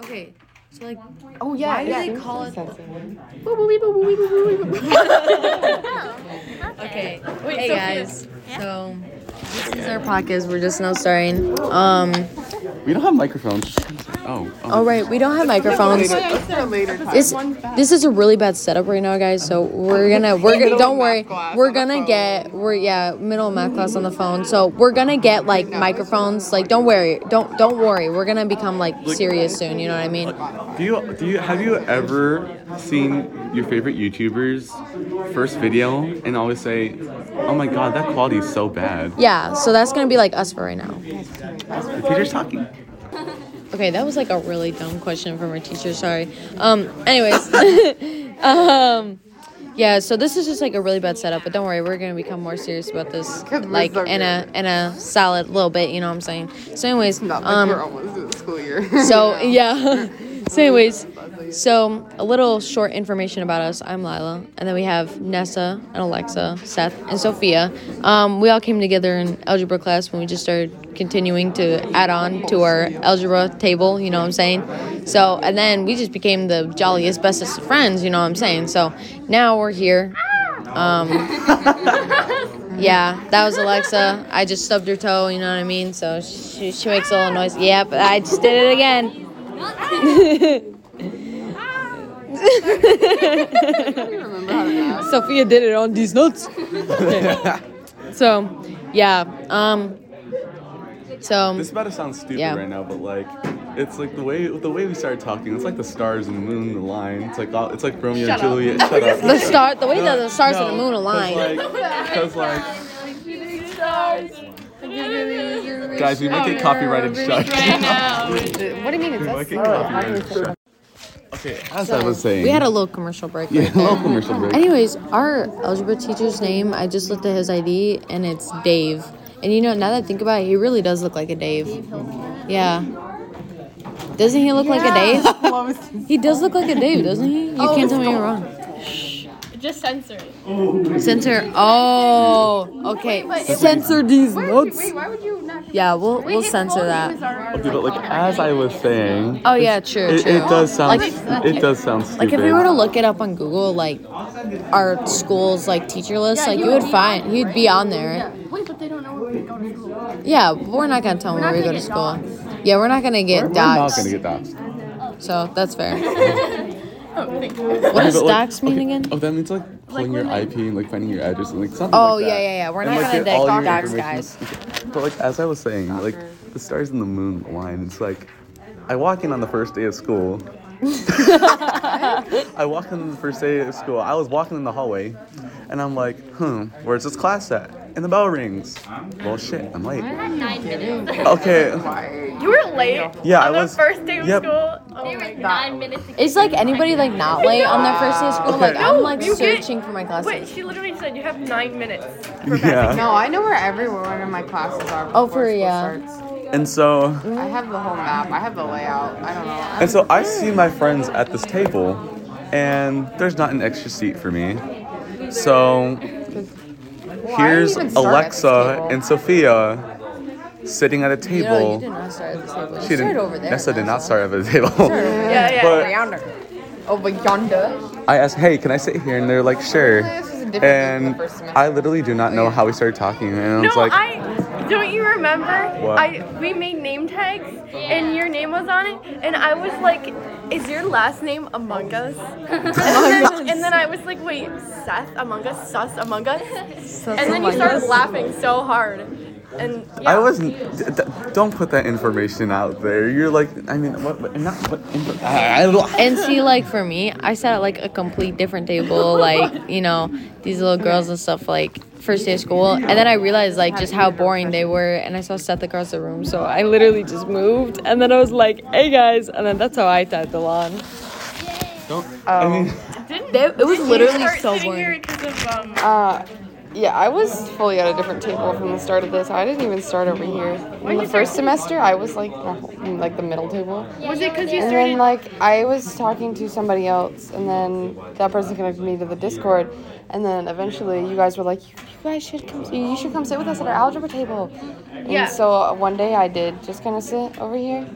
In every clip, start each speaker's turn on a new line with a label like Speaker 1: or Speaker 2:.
Speaker 1: Okay, so like,
Speaker 2: Oh yeah.
Speaker 1: why do
Speaker 2: yeah.
Speaker 1: they call it? The, okay, hey guys. So this is our podcast. We're just now starting. Um.
Speaker 3: We don't have microphones. Oh.
Speaker 1: All right, we don't have microphones. This this is a really bad setup right now, guys. So we're gonna we're gonna don't worry. We're gonna get we're yeah middle of math class on the phone. So we're gonna get like microphones. Like don't worry, don't don't worry. We're gonna become like serious soon. You know what I mean?
Speaker 3: Do you do you have you ever seen your favorite YouTuber's first video and always say, "Oh my God, that quality is so bad."
Speaker 1: Yeah. So that's gonna be like us for right now.
Speaker 3: The teacher's talking.
Speaker 1: Okay, that was like a really dumb question from our teacher. Sorry. Um. Anyways. um. Yeah, so this is just like a really bad setup, but don't worry, we're gonna become more serious about this, like
Speaker 2: so
Speaker 1: in a in a solid little bit. You know what I'm saying? So, anyways,
Speaker 2: Not like
Speaker 1: um,
Speaker 2: we're almost in the school year.
Speaker 1: so yeah. so, anyways, so a little short information about us. I'm Lila, and then we have Nessa and Alexa, Seth and Sophia. Um, we all came together in algebra class when we just started continuing to add on to our algebra table. You know what I'm saying? So, and then we just became the jolliest, bestest of friends. You know what I'm saying? So now we're here. Um, yeah, that was Alexa. I just stubbed her toe. You know what I mean? So she, she makes a little noise. Yep, I just did it again. Sophia did it on these notes. so, yeah. Um. So
Speaker 3: This about to sound stupid
Speaker 1: Yeah.
Speaker 3: right now, but like, it's like the way the way we started talking. It's like the stars and the moon, the line. It's like all, it's like Romeo and Juliet. Shut up.
Speaker 1: the star, the way that the stars
Speaker 3: No,
Speaker 1: and the moon align.
Speaker 3: Cause like, 'cause like guys, we might get copyrighted shut.
Speaker 2: what do you mean it's us?
Speaker 3: Okay, as I was saying,
Speaker 1: We had a little commercial break.
Speaker 3: yeah, little commercial break.
Speaker 1: Anyways, our algebra teacher's name, I just looked at his ID and it's Dave. And you know, now that I think about it, he really does look like a Dave. Yeah. Doesn't he look like a Dave? he does look like a Dave, doesn't he? You can't tell me you're wrong.
Speaker 4: Just censor it.
Speaker 1: Censor. Oh, okay. Censor these notes.
Speaker 4: Wait, why would you not?
Speaker 1: Yeah, we'll we'll censor that.
Speaker 3: Okay, but like as I was saying,
Speaker 1: Oh yeah, true,
Speaker 3: it,
Speaker 1: true.
Speaker 3: it does sound
Speaker 1: Like-
Speaker 3: it does sound stupid.
Speaker 1: Like if we were to look it up on Google, like our school's like teacher list, like you would find you'd be on there.
Speaker 4: Wait, but they don't know where we go to school.
Speaker 1: Yeah, but we're not gonna tell them where we go to school. Yeah, we're not gonna get
Speaker 3: we're not
Speaker 1: doxxed,
Speaker 3: gonna get doxxed.
Speaker 1: so that's fair.
Speaker 4: Oh,
Speaker 1: What does
Speaker 3: but, like-
Speaker 1: dox mean
Speaker 3: okay,
Speaker 1: again?
Speaker 3: Oh, that means like pulling your IP and like finding your address and like something.
Speaker 1: Oh,
Speaker 3: like
Speaker 1: yeah,
Speaker 3: that.
Speaker 1: yeah, yeah. We're
Speaker 3: And,
Speaker 1: not
Speaker 3: like,
Speaker 1: gonna
Speaker 3: get all
Speaker 1: dox-
Speaker 3: your
Speaker 1: dox
Speaker 3: information. But like as I was saying, like the stars and the moon line. It's like I walk in on the first day of school. I walk in on the first day of school. I was walking in the hallway, and I'm like, hmm, where's this class at? And the bell rings. Well, shit, I'm late.
Speaker 4: Nine minutes.
Speaker 3: Okay.
Speaker 4: You were late.
Speaker 3: Yeah, I
Speaker 4: on
Speaker 3: was.
Speaker 4: The first day of
Speaker 3: yep.
Speaker 4: school. Oh my God. minutes.
Speaker 1: It's like anybody like not late on their first day of school. Like I'm like
Speaker 5: you get-
Speaker 1: searching for my
Speaker 5: Wait,
Speaker 1: classes.
Speaker 5: she literally said you have nine minutes.
Speaker 3: Yeah.
Speaker 2: No, I know where everyone in my classes are.
Speaker 1: Oh,
Speaker 2: before
Speaker 1: for
Speaker 2: school
Speaker 1: yeah.
Speaker 2: starts.
Speaker 3: And so.
Speaker 2: I have the whole map. I have the layout. I don't know.
Speaker 3: And so I see my friends at this table, and there's not an extra seat for me. So
Speaker 2: even
Speaker 3: here's
Speaker 2: start at this
Speaker 3: Alexa
Speaker 2: table?
Speaker 3: and Sophia sitting at a
Speaker 1: You know,
Speaker 3: table.
Speaker 1: you did not start at this table. You
Speaker 3: she
Speaker 1: started
Speaker 3: didn't.
Speaker 1: over there.
Speaker 3: Nessa did not start at the table.
Speaker 5: Yeah, yeah.
Speaker 3: but
Speaker 2: Over yonder.
Speaker 3: I asked, "Hey, can I sit here?" And they're like, "Sure."
Speaker 2: This is a different thing
Speaker 3: And
Speaker 2: from first semester.
Speaker 3: I literally do not know how we started talking, and I
Speaker 5: no,
Speaker 3: was like,
Speaker 5: I don't you remember?
Speaker 3: What?
Speaker 5: I we made name tags and your name was on it, and I was like, "Is your last name Among Us?" and, then, and then I was like, "Wait, Seth Among Us, Sus Among Us," and then you started laughing so hard, and yeah.
Speaker 3: I wasn't. D- d- don't put that information out there. You're like, I mean, what? what not what? info- I, I,
Speaker 1: And see, like for me, I sat at like a complete different table, like you know these little girls and stuff, like first day of school. And then I realized like just how boring they were, and I saw Seth across the room, so I literally just moved. And then I was like, "Hey guys!" And then that's how I tagged along.
Speaker 3: don't. I mean,
Speaker 5: didn't
Speaker 1: They, it was
Speaker 5: you
Speaker 1: literally
Speaker 5: start
Speaker 1: so
Speaker 5: sitting here
Speaker 1: boring.
Speaker 5: because of um,
Speaker 2: Uh, yeah, I was fully at a different table from the start of this. I didn't even start over here. In the first semester, I was like the, whole- like the middle table.
Speaker 5: was it because you
Speaker 2: And
Speaker 5: started
Speaker 2: then like I was talking to somebody else, and then that person connected me to the Discord, and then eventually you guys were like, you, you guys should come, you should come sit with us at our algebra table. And uh,
Speaker 5: Yeah.
Speaker 2: So one day I did just kind of sit over here,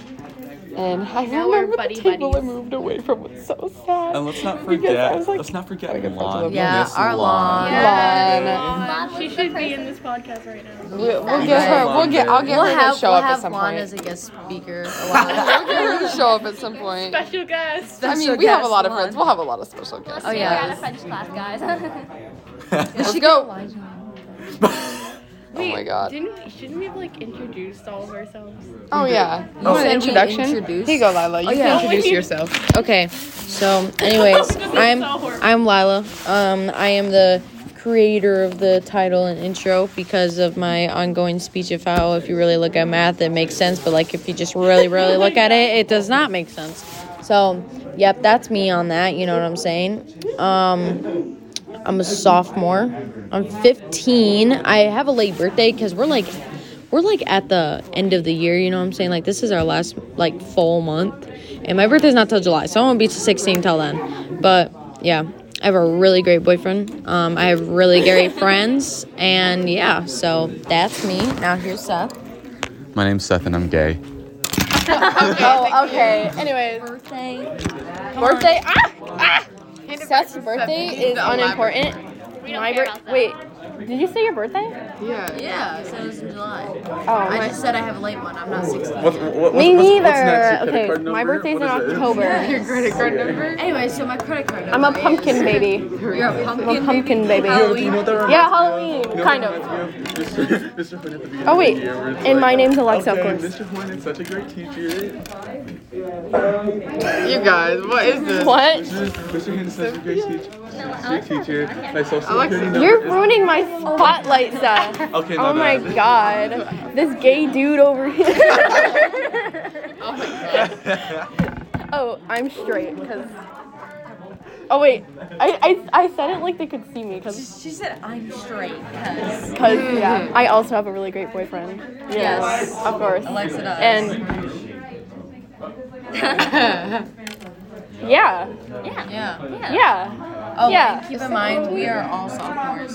Speaker 2: And I
Speaker 4: Now we're
Speaker 2: remember the
Speaker 4: buddy
Speaker 2: table
Speaker 4: buddies.
Speaker 2: I moved away from was so sad.
Speaker 3: And let's not
Speaker 2: because I
Speaker 3: forget.
Speaker 2: was like,
Speaker 3: let's not forget
Speaker 2: like, I felt
Speaker 3: Milan.
Speaker 2: a little-
Speaker 1: Yeah,
Speaker 3: Miss
Speaker 1: our lawn.
Speaker 3: Milan.
Speaker 2: Come on.
Speaker 4: Mom
Speaker 5: She
Speaker 4: was the
Speaker 5: should be in
Speaker 4: person.
Speaker 5: this podcast right now.
Speaker 2: We'll, we'll
Speaker 3: You
Speaker 2: get
Speaker 3: guys
Speaker 2: her.
Speaker 3: belong
Speaker 2: We'll get. I'll
Speaker 3: there.
Speaker 2: get
Speaker 1: We'll
Speaker 2: her
Speaker 1: have,
Speaker 2: to show
Speaker 1: we'll
Speaker 2: up at
Speaker 1: have
Speaker 2: some
Speaker 1: Juan
Speaker 2: point.
Speaker 1: as a guest speaker.
Speaker 2: we'll get her to show up at some point.
Speaker 5: Special guest.
Speaker 2: I mean,
Speaker 1: Special
Speaker 2: we have a
Speaker 1: guest,
Speaker 2: lot of
Speaker 1: Juan.
Speaker 2: friends. We'll have a lot of special guests.
Speaker 4: Oh
Speaker 1: yeah.
Speaker 4: yeah. We're out of French class, guys.
Speaker 2: Let's go.
Speaker 5: Wait,
Speaker 2: Oh my God.
Speaker 5: Didn't we, shouldn't we have like introduced all of ourselves?
Speaker 2: Oh yeah. You want
Speaker 1: Should
Speaker 2: an
Speaker 1: we
Speaker 2: introduction?
Speaker 1: introduce?
Speaker 2: Here you go, Lila. You
Speaker 1: Oh, yeah.
Speaker 2: can introduce yourself.
Speaker 1: Okay, so anyways, I'm I'm Lila. Um, I am the creator of the title and intro because of my ongoing speech of how if you really look at math, it makes sense, but like if you just really really look at it, it does not make sense. So, yep, that's me on that. You know what I'm saying? Um, I'm a sophomore. I'm 15. I have a late birthday because we're like. We're like at the end of the year, you know what I'm saying? Like this is our last like full month. And my birthday's not till July, so I won't be to 16 till then. But yeah, I have a really great boyfriend. Um, I have really great friends, and yeah, so that's me. Now here's Seth.
Speaker 3: My name's Seth and I'm gay.
Speaker 2: Oh, okay. Anyways,
Speaker 1: Birthday.
Speaker 2: birthday. Ah, ah. Seth's birthday is unimportant.
Speaker 4: We don't
Speaker 2: My
Speaker 4: care
Speaker 2: bir-
Speaker 4: about that.
Speaker 2: wait, did you say your birthday? Yeah.
Speaker 1: Yeah, so it was in July.
Speaker 2: Oh, my,
Speaker 1: said I have a late one. I'm not 16.
Speaker 3: What's, what, what's,
Speaker 2: me
Speaker 3: what's,
Speaker 2: neither.
Speaker 3: What's next? Your credit
Speaker 2: okay,
Speaker 3: card
Speaker 2: my
Speaker 3: number?
Speaker 2: birthday's in
Speaker 3: What is it?
Speaker 2: October.
Speaker 1: Anyway, so my credit card.
Speaker 2: I'm a pumpkin baby.
Speaker 1: You're a pumpkin.
Speaker 2: Pumpkin baby.
Speaker 3: Yo, do you know what that reminds
Speaker 2: Yeah,
Speaker 3: me
Speaker 2: Halloween,
Speaker 3: You know what
Speaker 2: kind
Speaker 3: that
Speaker 2: of.
Speaker 3: reminds me of? Mr. Mr. Flynn at the beginning
Speaker 2: Oh, wait.
Speaker 3: of the year, where it's
Speaker 2: And my name's Alexa, of
Speaker 3: okay,
Speaker 2: course.
Speaker 3: Mr. Flynn is such a great teacher.
Speaker 6: You guys, what is this?
Speaker 2: What?
Speaker 3: Mr. Mr. Flynn is such a great teacher. Great teacher. My social
Speaker 6: Alexa.
Speaker 3: security
Speaker 2: You're
Speaker 3: number is-
Speaker 2: ruining my spotlight, Seth.
Speaker 3: Okay,
Speaker 2: Oh my
Speaker 3: bad.
Speaker 2: god. This gay dude over here. oh, I'm straight because. Oh wait, I, I I said it like they could see me because
Speaker 1: She said I'm straight because
Speaker 2: yeah I also have a really great boyfriend.
Speaker 1: Yes.
Speaker 2: of course.
Speaker 1: Alexa does.
Speaker 2: And yeah,
Speaker 1: yeah.
Speaker 2: yeah,
Speaker 1: Oh,
Speaker 2: Yeah.
Speaker 1: and keep in mind we are all sophomores.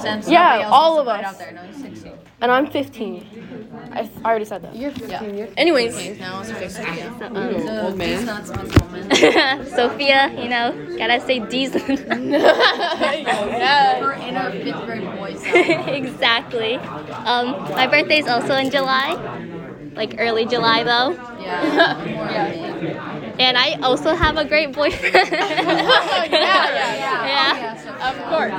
Speaker 1: Since
Speaker 2: Yeah,
Speaker 1: nobody else
Speaker 2: all
Speaker 1: wants to
Speaker 2: of
Speaker 1: put it
Speaker 2: us.
Speaker 1: Out there. No, it's 16.
Speaker 2: and I'm 15. I, I already said that.
Speaker 1: Anyways, now it's 16. No, old man. Not sounds old man.
Speaker 4: Sophia, you know, gotta say decent.
Speaker 1: We're in our fifth grade boys.
Speaker 4: exactly. Um, my birthday's also in July, like early July though.
Speaker 1: Yeah. More like me.
Speaker 4: And I also have a great boyfriend. yeah,
Speaker 1: Yeah. so
Speaker 2: Of course.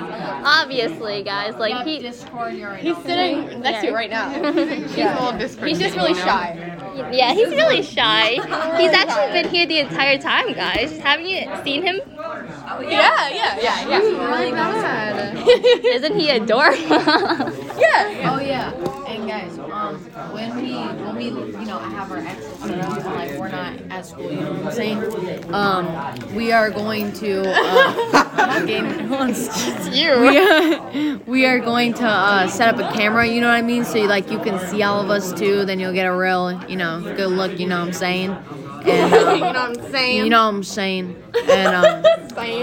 Speaker 4: Obviously, guys. Like he,
Speaker 1: Discord, you already know.
Speaker 2: sitting next to you right now. He's a little distant. He's just really shy.
Speaker 4: yeah, he's really shy. He's actually been here the entire time, guys. Haven't you seen him?
Speaker 2: Yeah, yeah, yeah, yeah. really bad.
Speaker 4: Isn't he adorable?
Speaker 1: Oh yeah, and guys, um, when we when we you know have our exits and stuff, and, like we're not at school, you know what I'm saying? Um, we are going to uh, fucking you. We are, we are going to uh, set up a camera. You know what I mean? So like you can see all of us too. Then you'll get a real you know good look. You know what I'm saying? And, um,
Speaker 2: You know what I'm saying?
Speaker 1: you know what I'm saying? And um,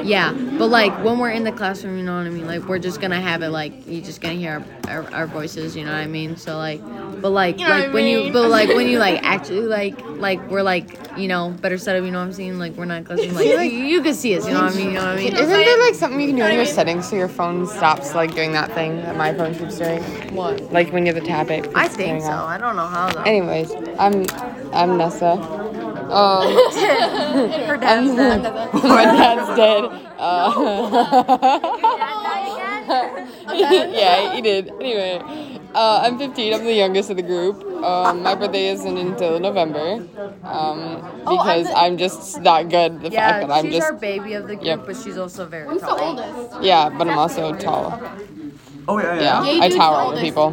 Speaker 1: yeah, but like when we're in the classroom, you know what I mean? Like we're just gonna have it like you're just gonna hear our, our, our voices, you know what I mean? So like, but like
Speaker 2: know
Speaker 1: like
Speaker 2: what I
Speaker 1: when you
Speaker 2: mean?
Speaker 1: but like when you like actually like like we're like you know better set up, you know what I'm saying? Like we're not in classroom like you, you can see us, you know what I mean? You know what I mean?
Speaker 2: Isn't there like something you can do in your settings so your phone stops like doing that thing that my phone keeps doing?
Speaker 1: What?
Speaker 2: Like when you have the tap it. keeps
Speaker 1: I think
Speaker 2: going
Speaker 1: so.
Speaker 2: out.
Speaker 1: I don't know how though.
Speaker 2: Anyways, I'm I'm Nessa. Um,
Speaker 1: Her dad's dead.
Speaker 2: my dad's dead. Uh, yeah, he did. Anyway, uh, I'm 15. I'm the youngest of the group. Um, my birthday isn't until November um, because
Speaker 1: the-
Speaker 2: I'm just not good. The fact that
Speaker 1: Yeah,
Speaker 2: I'm
Speaker 1: Uh, she's
Speaker 2: just
Speaker 1: our baby of the group,
Speaker 2: Yep.
Speaker 1: but she's also very tall.
Speaker 2: yeah, but I'm also tall.
Speaker 3: Oh yeah,
Speaker 2: Yeah,
Speaker 3: yeah.
Speaker 2: I tower over people.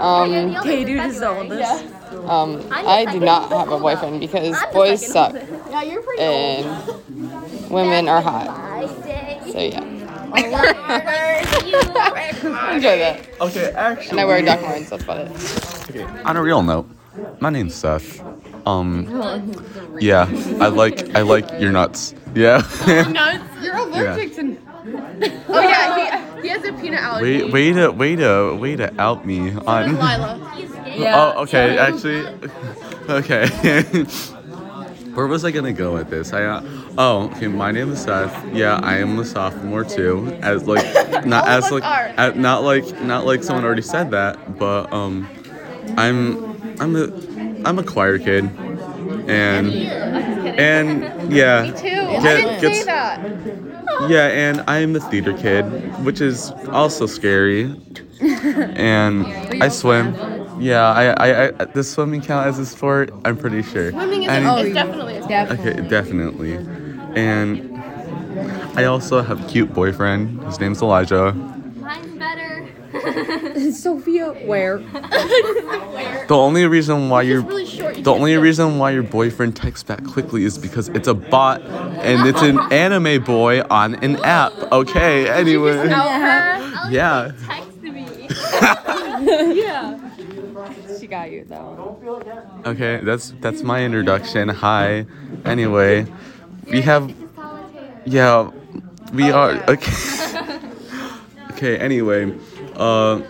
Speaker 2: Um,
Speaker 1: Hey, dude is the oldest.
Speaker 2: um,
Speaker 4: I'm
Speaker 2: I
Speaker 4: the
Speaker 2: do not
Speaker 4: second
Speaker 2: have a boyfriend because
Speaker 4: I'm the
Speaker 2: boys suck
Speaker 4: second
Speaker 2: and women are hot. So yeah, enjoy that.
Speaker 3: Okay, actually.
Speaker 2: And I wear dark orange. That's about it.
Speaker 3: Okay, on a real note, my name's Seth. Um, yeah, I like I like your nuts. Yeah.
Speaker 2: You're
Speaker 3: allergic
Speaker 2: to. Oh yeah, he, he has a peanut allergy.
Speaker 3: Wait, way to way to way to out me on.
Speaker 2: Lila.
Speaker 3: Oh, okay. Actually, Okay. Where was I gonna go with this? I uh, oh okay. My name is Seth. Yeah, I am a sophomore too. As like not as like at, not like not like someone already said that, but um, I'm I'm a I'm a choir kid, and and yeah. Me too.
Speaker 5: I didn't say that.
Speaker 3: Yeah, and I am a theater kid, which is also scary. and I swim. Yeah, I, I, I does swimming count as a sport? I'm pretty sure. Swimming is oh,
Speaker 1: definitely
Speaker 3: Okay, definitely. And I also have a cute boyfriend. His name's Elijah.
Speaker 4: Mine's better.
Speaker 1: Sophia, where?
Speaker 3: The only reason why you're the only reason why your boyfriend texts back quickly is because it's a bot and it's an anime boy on an app. Okay, anyway. Yeah.
Speaker 4: Uh-huh. Text me.
Speaker 1: She got you though.
Speaker 3: Okay, that's that's my introduction. Hi. Anyway, we have yeah, we
Speaker 1: Oh,
Speaker 3: are okay. okay. Anyway, uh,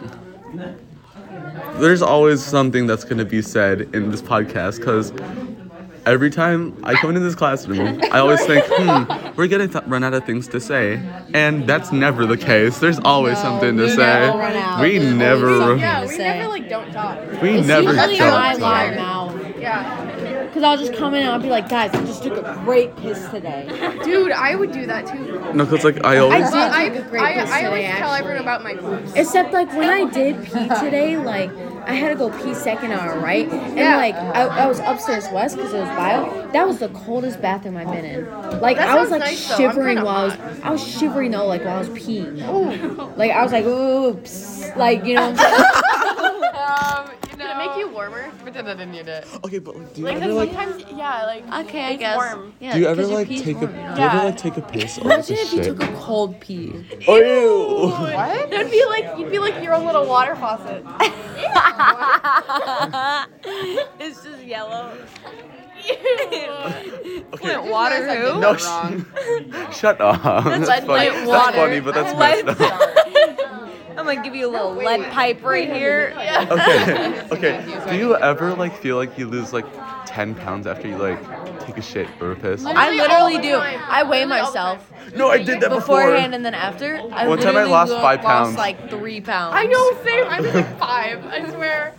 Speaker 3: there's always something that's gonna be said in this podcast because every time I come into this classroom, I always think, hmm, we're gonna th- run out of things to say, and that's never the case. There's always something to
Speaker 1: we
Speaker 3: say.
Speaker 1: never run out.
Speaker 3: We
Speaker 1: There's
Speaker 3: never.
Speaker 1: always something.
Speaker 5: Yeah,
Speaker 1: to
Speaker 5: we
Speaker 1: say.
Speaker 5: never like don't talk.
Speaker 3: We
Speaker 1: It's
Speaker 3: never.
Speaker 1: usually
Speaker 3: don't
Speaker 1: my
Speaker 3: talk.
Speaker 1: loud mouth.
Speaker 5: Yeah.
Speaker 1: Because I'll just come in and I'll be like, guys, I just took a great piss today.
Speaker 5: Dude, I would do that too.
Speaker 3: No, cause like I always.
Speaker 1: did
Speaker 5: I,
Speaker 1: took a great
Speaker 5: I,
Speaker 1: piss
Speaker 5: I
Speaker 1: today,
Speaker 5: always tell
Speaker 1: actually.
Speaker 5: everyone about my boobs.
Speaker 1: Except like when I did pee today, like I had to go pee second hour, right? And
Speaker 5: Yeah.
Speaker 1: like I, I was upstairs west because it was bio. That was the coldest bathroom I've been in. Like
Speaker 5: That
Speaker 1: I was
Speaker 5: sounds
Speaker 1: like
Speaker 5: nice, though. I'm
Speaker 1: shivering
Speaker 5: kinda
Speaker 1: while I was I was shivering though, like while I was peeing. Like I was like oops, like you know. what I'm saying?
Speaker 2: Um, you know,
Speaker 5: Did it make you warmer?
Speaker 2: pretend I didn't need it.
Speaker 3: Okay, but like, do you
Speaker 5: Like,
Speaker 3: ever
Speaker 5: cause
Speaker 3: like?
Speaker 5: sometimes, yeah, like.
Speaker 1: okay,
Speaker 5: It's warm.
Speaker 1: Yeah,
Speaker 3: Do you ever
Speaker 1: 'cause your
Speaker 3: like
Speaker 1: pee's
Speaker 3: take
Speaker 1: warm,
Speaker 3: a?
Speaker 1: you know?
Speaker 3: Do you ever
Speaker 5: Yeah.
Speaker 3: like take a piss? or
Speaker 1: Imagine
Speaker 3: like,
Speaker 1: if you
Speaker 3: shit?
Speaker 1: took a cold pee.
Speaker 3: Oh, ew.
Speaker 5: What? That'd be like you'd be like your own little water faucet.
Speaker 1: it's just yellow.
Speaker 2: Flint water who?
Speaker 3: No, sh- shut up. That's, funny.
Speaker 1: like
Speaker 3: That's
Speaker 1: water.
Speaker 3: funny, but that's messed up.
Speaker 1: I'm gonna give you a little lead pipe right here.
Speaker 3: Okay, okay. Do you ever like feel like you lose like ten pounds after you like take a shit or a piss?
Speaker 1: I literally do.
Speaker 5: time.
Speaker 1: I weigh
Speaker 5: Literally all the
Speaker 1: myself
Speaker 3: No, I did that before.
Speaker 1: beforehand and then after. I
Speaker 3: One time I
Speaker 1: literally
Speaker 3: lost
Speaker 1: lo-
Speaker 3: five pounds.
Speaker 1: like three pounds.
Speaker 5: I know, same. I'm just like five. I swear.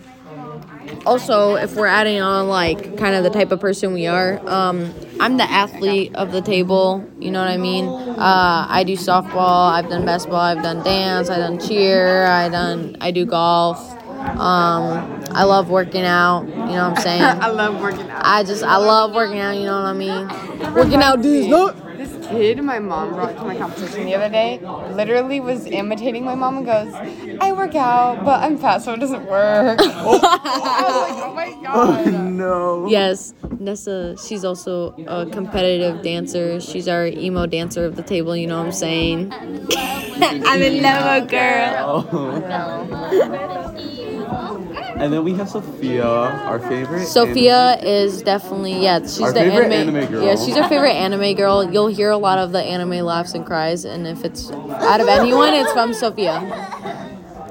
Speaker 1: Also, if we're adding on like kind of the type of person we are, um, I'm the athlete of the table. You know what I mean? Uh, I do softball. I've done basketball. I've done dance. I've done cheer. I done. I do golf. Um, I love working out. You know what I'm saying?
Speaker 2: I love working out.
Speaker 1: I just I love working out. You know what I mean? Working out, dudes. Look.
Speaker 2: This kid my mom brought to my competition the other day literally was imitating my mom and goes, I work out, but I'm fat, so it doesn't work. I was like, oh my god.
Speaker 3: No.
Speaker 1: Yes, Nessa, she's also a competitive dancer. She's our emo dancer of the table, you know what I'm saying? I'm in love with girl.
Speaker 3: Oh. And then we have Sophia, our favorite.
Speaker 1: Sophia is definitely yeah, she's
Speaker 3: Our
Speaker 1: the
Speaker 3: favorite
Speaker 1: anime,
Speaker 3: anime girl.
Speaker 1: Yeah, she's our favorite anime girl. You'll hear a lot of the anime laughs and cries, and if it's out of anyone, it's from Sophia.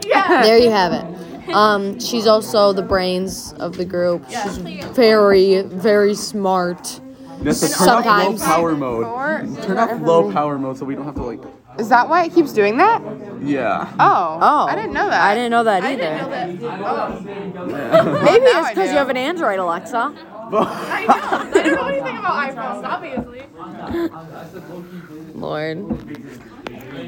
Speaker 1: Yeah. There you have it. Um, she's also the brains of the group. She's very, very smart.
Speaker 3: And Nessa, turn off
Speaker 1: Sometimes.
Speaker 3: low power mode. Turn off low power mode so we don't have to like.
Speaker 2: Is that why it keeps doing that?
Speaker 3: Yeah.
Speaker 2: Oh.
Speaker 1: Oh,
Speaker 2: I didn't know that.
Speaker 1: I didn't know that either. Maybe
Speaker 2: now
Speaker 1: it's
Speaker 2: I
Speaker 1: because
Speaker 2: do.
Speaker 1: you have an Android Alexa.
Speaker 5: I know. I don't know anything about iPhones, obviously.
Speaker 1: Lord.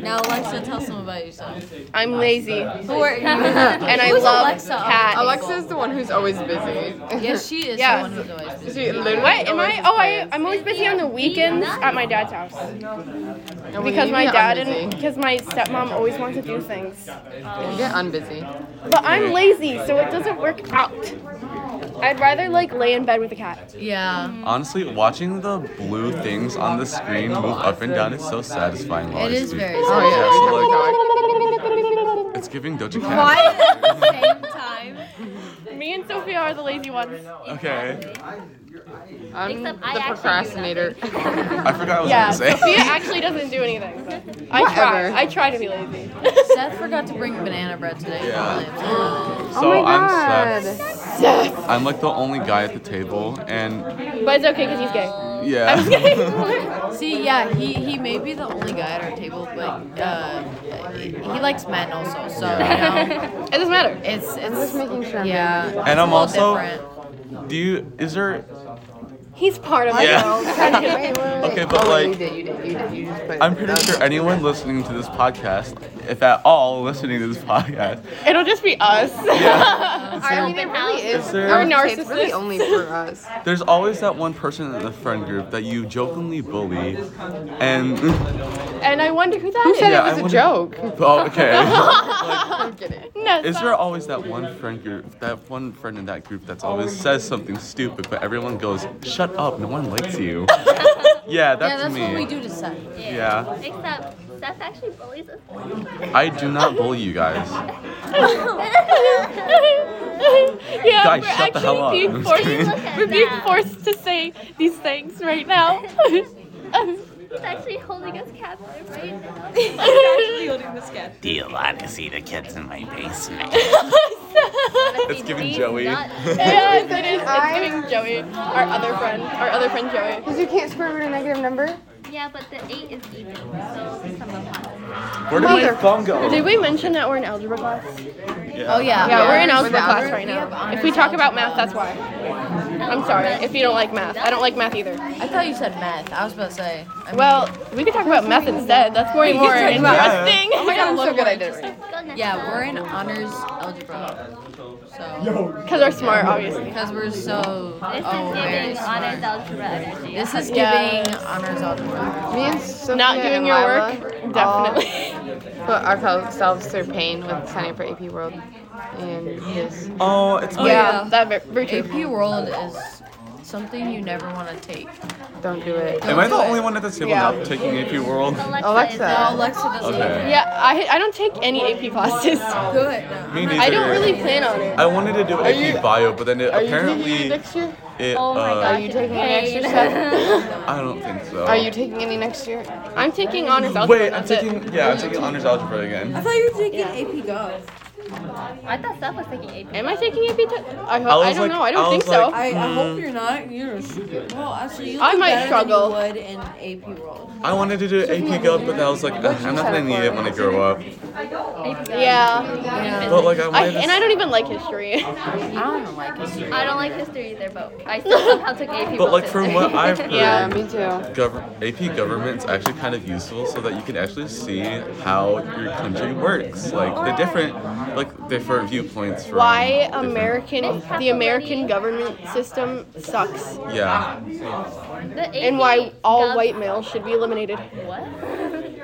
Speaker 1: Now, Alexa, tell some about yourself.
Speaker 5: I'm lazy, and
Speaker 1: Who are you?
Speaker 5: I
Speaker 1: Who's
Speaker 5: love
Speaker 1: Alexa?
Speaker 5: cats.
Speaker 2: Alexa is the one who's always busy.
Speaker 1: Yes, she is
Speaker 5: Yes.
Speaker 1: the one who's always busy.
Speaker 2: She literally
Speaker 5: What am I?
Speaker 2: always-
Speaker 5: Oh, I, I'm always busy on the weekends at my dad's house
Speaker 2: And when
Speaker 5: because
Speaker 2: you
Speaker 5: my
Speaker 2: get
Speaker 5: dad
Speaker 2: unbusy-
Speaker 5: and because my stepmom always wants to do things.
Speaker 2: you get unbusy.
Speaker 5: But I'm lazy, so it doesn't work out. I'd rather like lay in bed with a cat.
Speaker 1: Yeah,
Speaker 3: Honestly, watching the blue things on the screen move up and down is so satisfying. Oh, while
Speaker 1: it
Speaker 3: I
Speaker 1: is
Speaker 3: speak.
Speaker 1: very
Speaker 2: Oh yeah. we totally talk.
Speaker 3: It's giving Doja Cat.
Speaker 1: time.
Speaker 5: Me and Sophia are the lazy ones.
Speaker 3: Okay.
Speaker 2: I'm
Speaker 4: Except I
Speaker 2: the
Speaker 4: actually do
Speaker 2: procrastinator.
Speaker 3: I forgot what I was
Speaker 5: Yeah,
Speaker 3: gonna say.
Speaker 5: Sophia actually doesn't do anything. so I
Speaker 2: Whatever.
Speaker 5: try. I try to be lazy.
Speaker 1: Seth forgot to bring banana bread today.
Speaker 3: Yeah.
Speaker 1: Yeah.
Speaker 3: So I'm Seth.
Speaker 5: Seth.
Speaker 3: I'm like the only guy at the table, and
Speaker 5: But it's okay because he's gay.
Speaker 3: yeah,
Speaker 1: See, yeah, he, he may be the only guy at our table, but uh, he likes men also. So you know,
Speaker 5: It doesn't matter.
Speaker 1: it's it's
Speaker 2: Making sure.
Speaker 1: yeah. it's a
Speaker 3: I'm
Speaker 1: little
Speaker 3: also-
Speaker 1: different.
Speaker 3: do you? Is there?
Speaker 5: He's part of
Speaker 3: Yeah.
Speaker 5: my world. Trying to
Speaker 2: Wait,
Speaker 5: get
Speaker 2: wait, wait.
Speaker 3: Okay, but
Speaker 2: oh,
Speaker 3: like-
Speaker 2: you did, you did, you did, you just put it.
Speaker 3: I'm pretty sure anyone listening to this podcast, if at all listening to this podcast,
Speaker 5: It'll just be us.
Speaker 4: Our open house.
Speaker 3: is
Speaker 5: Our
Speaker 3: there?
Speaker 2: It's really
Speaker 5: narcissist.
Speaker 2: only for us.
Speaker 3: There's always that one person in the friend group that you jokingly bully, and
Speaker 5: and I wonder who that is.
Speaker 2: said it
Speaker 3: yeah,
Speaker 2: was
Speaker 3: a
Speaker 2: a joke.
Speaker 3: Oh, okay.
Speaker 2: I'm kidding.
Speaker 5: No,
Speaker 3: Is there always that one friend group, that one friend in that group that's always says something stupid, but everyone goes, "Shut up! No one likes you." yeah, that's,
Speaker 1: Yeah, that's
Speaker 3: me.
Speaker 1: what we do to Seth.
Speaker 3: Yeah,
Speaker 4: Except Seth actually bullies us.
Speaker 3: I do not bully you guys.
Speaker 5: yeah,
Speaker 3: Guys,
Speaker 5: we're
Speaker 3: shut the
Speaker 5: actually
Speaker 3: hell up. I'm
Speaker 5: being
Speaker 3: just
Speaker 5: forced.
Speaker 3: kidding.
Speaker 5: We're being forced to say these things right now.
Speaker 4: He's actually holding us captive right now.
Speaker 6: Do you want to see the kids in my basement?
Speaker 3: It's giving Joey.
Speaker 5: yes, it is. It's giving Joey, our other friend, our other friend Joey.
Speaker 2: Because you can't square root a negative number.
Speaker 4: Yeah, but the eight is even, so it's come upon.
Speaker 3: Where did my phone go?
Speaker 5: Did we mention that we're in algebra class? Yeah,
Speaker 1: Oh yeah.
Speaker 5: we're in
Speaker 2: we're
Speaker 5: algebra
Speaker 2: in
Speaker 5: class
Speaker 2: algebra.
Speaker 5: right
Speaker 1: We have
Speaker 5: now.
Speaker 1: honors
Speaker 5: If we talk about math,
Speaker 1: algebra.
Speaker 5: that's why. I'm sorry if you don't like math. I don't like math either.
Speaker 1: I thought you said math. I was about to say. I mean,
Speaker 5: Well, we could talk about math instead. That's way more
Speaker 2: talk about-
Speaker 5: interesting.
Speaker 2: Oh my god, I'm so good I did it right.
Speaker 1: yeah, we're in honors algebra. So
Speaker 5: Because we're smart, obviously.
Speaker 1: because we're so
Speaker 4: This is
Speaker 1: oh very
Speaker 4: giving honors
Speaker 1: smart.
Speaker 4: algebra energy.
Speaker 1: This is giving
Speaker 5: Yeah.
Speaker 1: honors algebra.
Speaker 2: Me and Sophia
Speaker 5: Not doing
Speaker 2: and
Speaker 5: your
Speaker 2: Lila
Speaker 5: work,
Speaker 2: all
Speaker 5: definitely.
Speaker 2: Put ourselves through pain with signing up for AP World and this.
Speaker 3: Oh, it's my.
Speaker 5: Yeah, that very, very true.
Speaker 1: AP World is something you never want to take.
Speaker 2: Don't do it.
Speaker 3: Am I the only one at this table
Speaker 5: Yeah.
Speaker 3: not taking AP World?
Speaker 4: Alexa,
Speaker 2: Alexa.
Speaker 4: is
Speaker 1: No,
Speaker 4: a-
Speaker 1: Alexa doesn't.
Speaker 3: Okay.
Speaker 5: Yeah, I, I don't take any AP classes.
Speaker 1: Good.
Speaker 3: Me neither.
Speaker 5: I don't really plan on it.
Speaker 3: I wanted to do AP Bio, but then it
Speaker 2: Are you taking it
Speaker 3: apparently
Speaker 2: next year?
Speaker 3: it.
Speaker 4: Oh my
Speaker 3: uh,
Speaker 4: gosh,
Speaker 2: Are you
Speaker 4: it's
Speaker 2: taking an
Speaker 4: pain.
Speaker 2: extra set?
Speaker 3: I don't think so.
Speaker 2: Are you taking any next year?
Speaker 5: I'm taking honors algebra.
Speaker 3: Wait, I'm
Speaker 5: that's it.
Speaker 3: taking. Yeah, I'm taking honors algebra again.
Speaker 7: thought you were taking AP Go.
Speaker 4: I thought Seth was thinking AP.
Speaker 5: Am I taking AP? T- I, hope,
Speaker 3: I
Speaker 5: I,
Speaker 3: was
Speaker 5: don't
Speaker 3: like-
Speaker 5: know. I
Speaker 3: I
Speaker 5: don't think
Speaker 3: was like-
Speaker 5: so.
Speaker 7: I, I hope you're not. You're well. Actually, you
Speaker 5: I
Speaker 7: do
Speaker 5: might
Speaker 7: better than
Speaker 5: struggle.
Speaker 7: you would in AP World.
Speaker 3: I wanted to do AP Gov, but I was like, "Ugh, I'm not gonna need it when I grow up.
Speaker 5: yeah.
Speaker 3: But like, I
Speaker 5: I,
Speaker 3: wanted to.
Speaker 5: and I don't even like history.
Speaker 4: I don't like history either, but I still somehow took AP.
Speaker 3: But like,
Speaker 4: both
Speaker 3: from
Speaker 4: history.
Speaker 3: what I've heard,
Speaker 5: Yeah,
Speaker 2: Me too.
Speaker 3: Gov- AP government's actually kind of useful so that you can actually see how your country works, like the different, like different viewpoints from
Speaker 5: Why
Speaker 3: different-
Speaker 5: American, the American government system sucks,
Speaker 3: Yeah,
Speaker 4: The AP
Speaker 5: and why all
Speaker 4: gov-
Speaker 5: white males should be eliminated.
Speaker 4: What?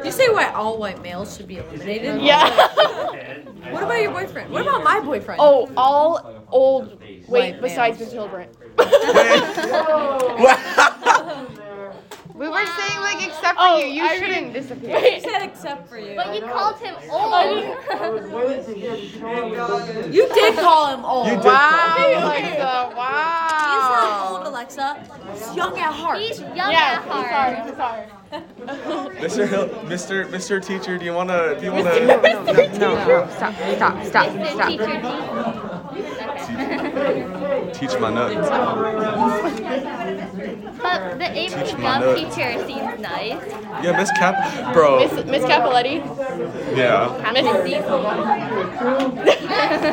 Speaker 7: Did you say why all white males should be eliminated?
Speaker 5: Yeah.
Speaker 7: What about your boyfriend? What about my boyfriend?
Speaker 5: Oh, all old. Wait,
Speaker 7: White
Speaker 5: besides Matilda Brandt.
Speaker 2: We were saying like except for
Speaker 5: Oh,
Speaker 2: you, you
Speaker 5: I
Speaker 2: shouldn't disappear.
Speaker 7: You said except for you.
Speaker 4: But you called him old.
Speaker 7: You did call him old.
Speaker 3: you did.
Speaker 2: Wow, Alexa, wow.
Speaker 7: He's not old, Alexa. He's young at heart.
Speaker 4: He's young
Speaker 5: Yeah,
Speaker 4: at heart.
Speaker 5: I'm sorry.
Speaker 3: Mr. Hill, Mr. Mr. Teacher, do you wanna? Do you wanna?
Speaker 2: No, no, stop, stop, stop,
Speaker 4: Mr.
Speaker 2: stop.
Speaker 4: Teacher D.
Speaker 3: Teach my nuts.
Speaker 4: But the AP
Speaker 3: Teach my
Speaker 4: gov
Speaker 3: nut.
Speaker 4: teacher seems nice.
Speaker 3: Yeah, Miss Cap, bro.
Speaker 5: Miss, Miss Capoletti.
Speaker 3: Yeah.
Speaker 5: Miss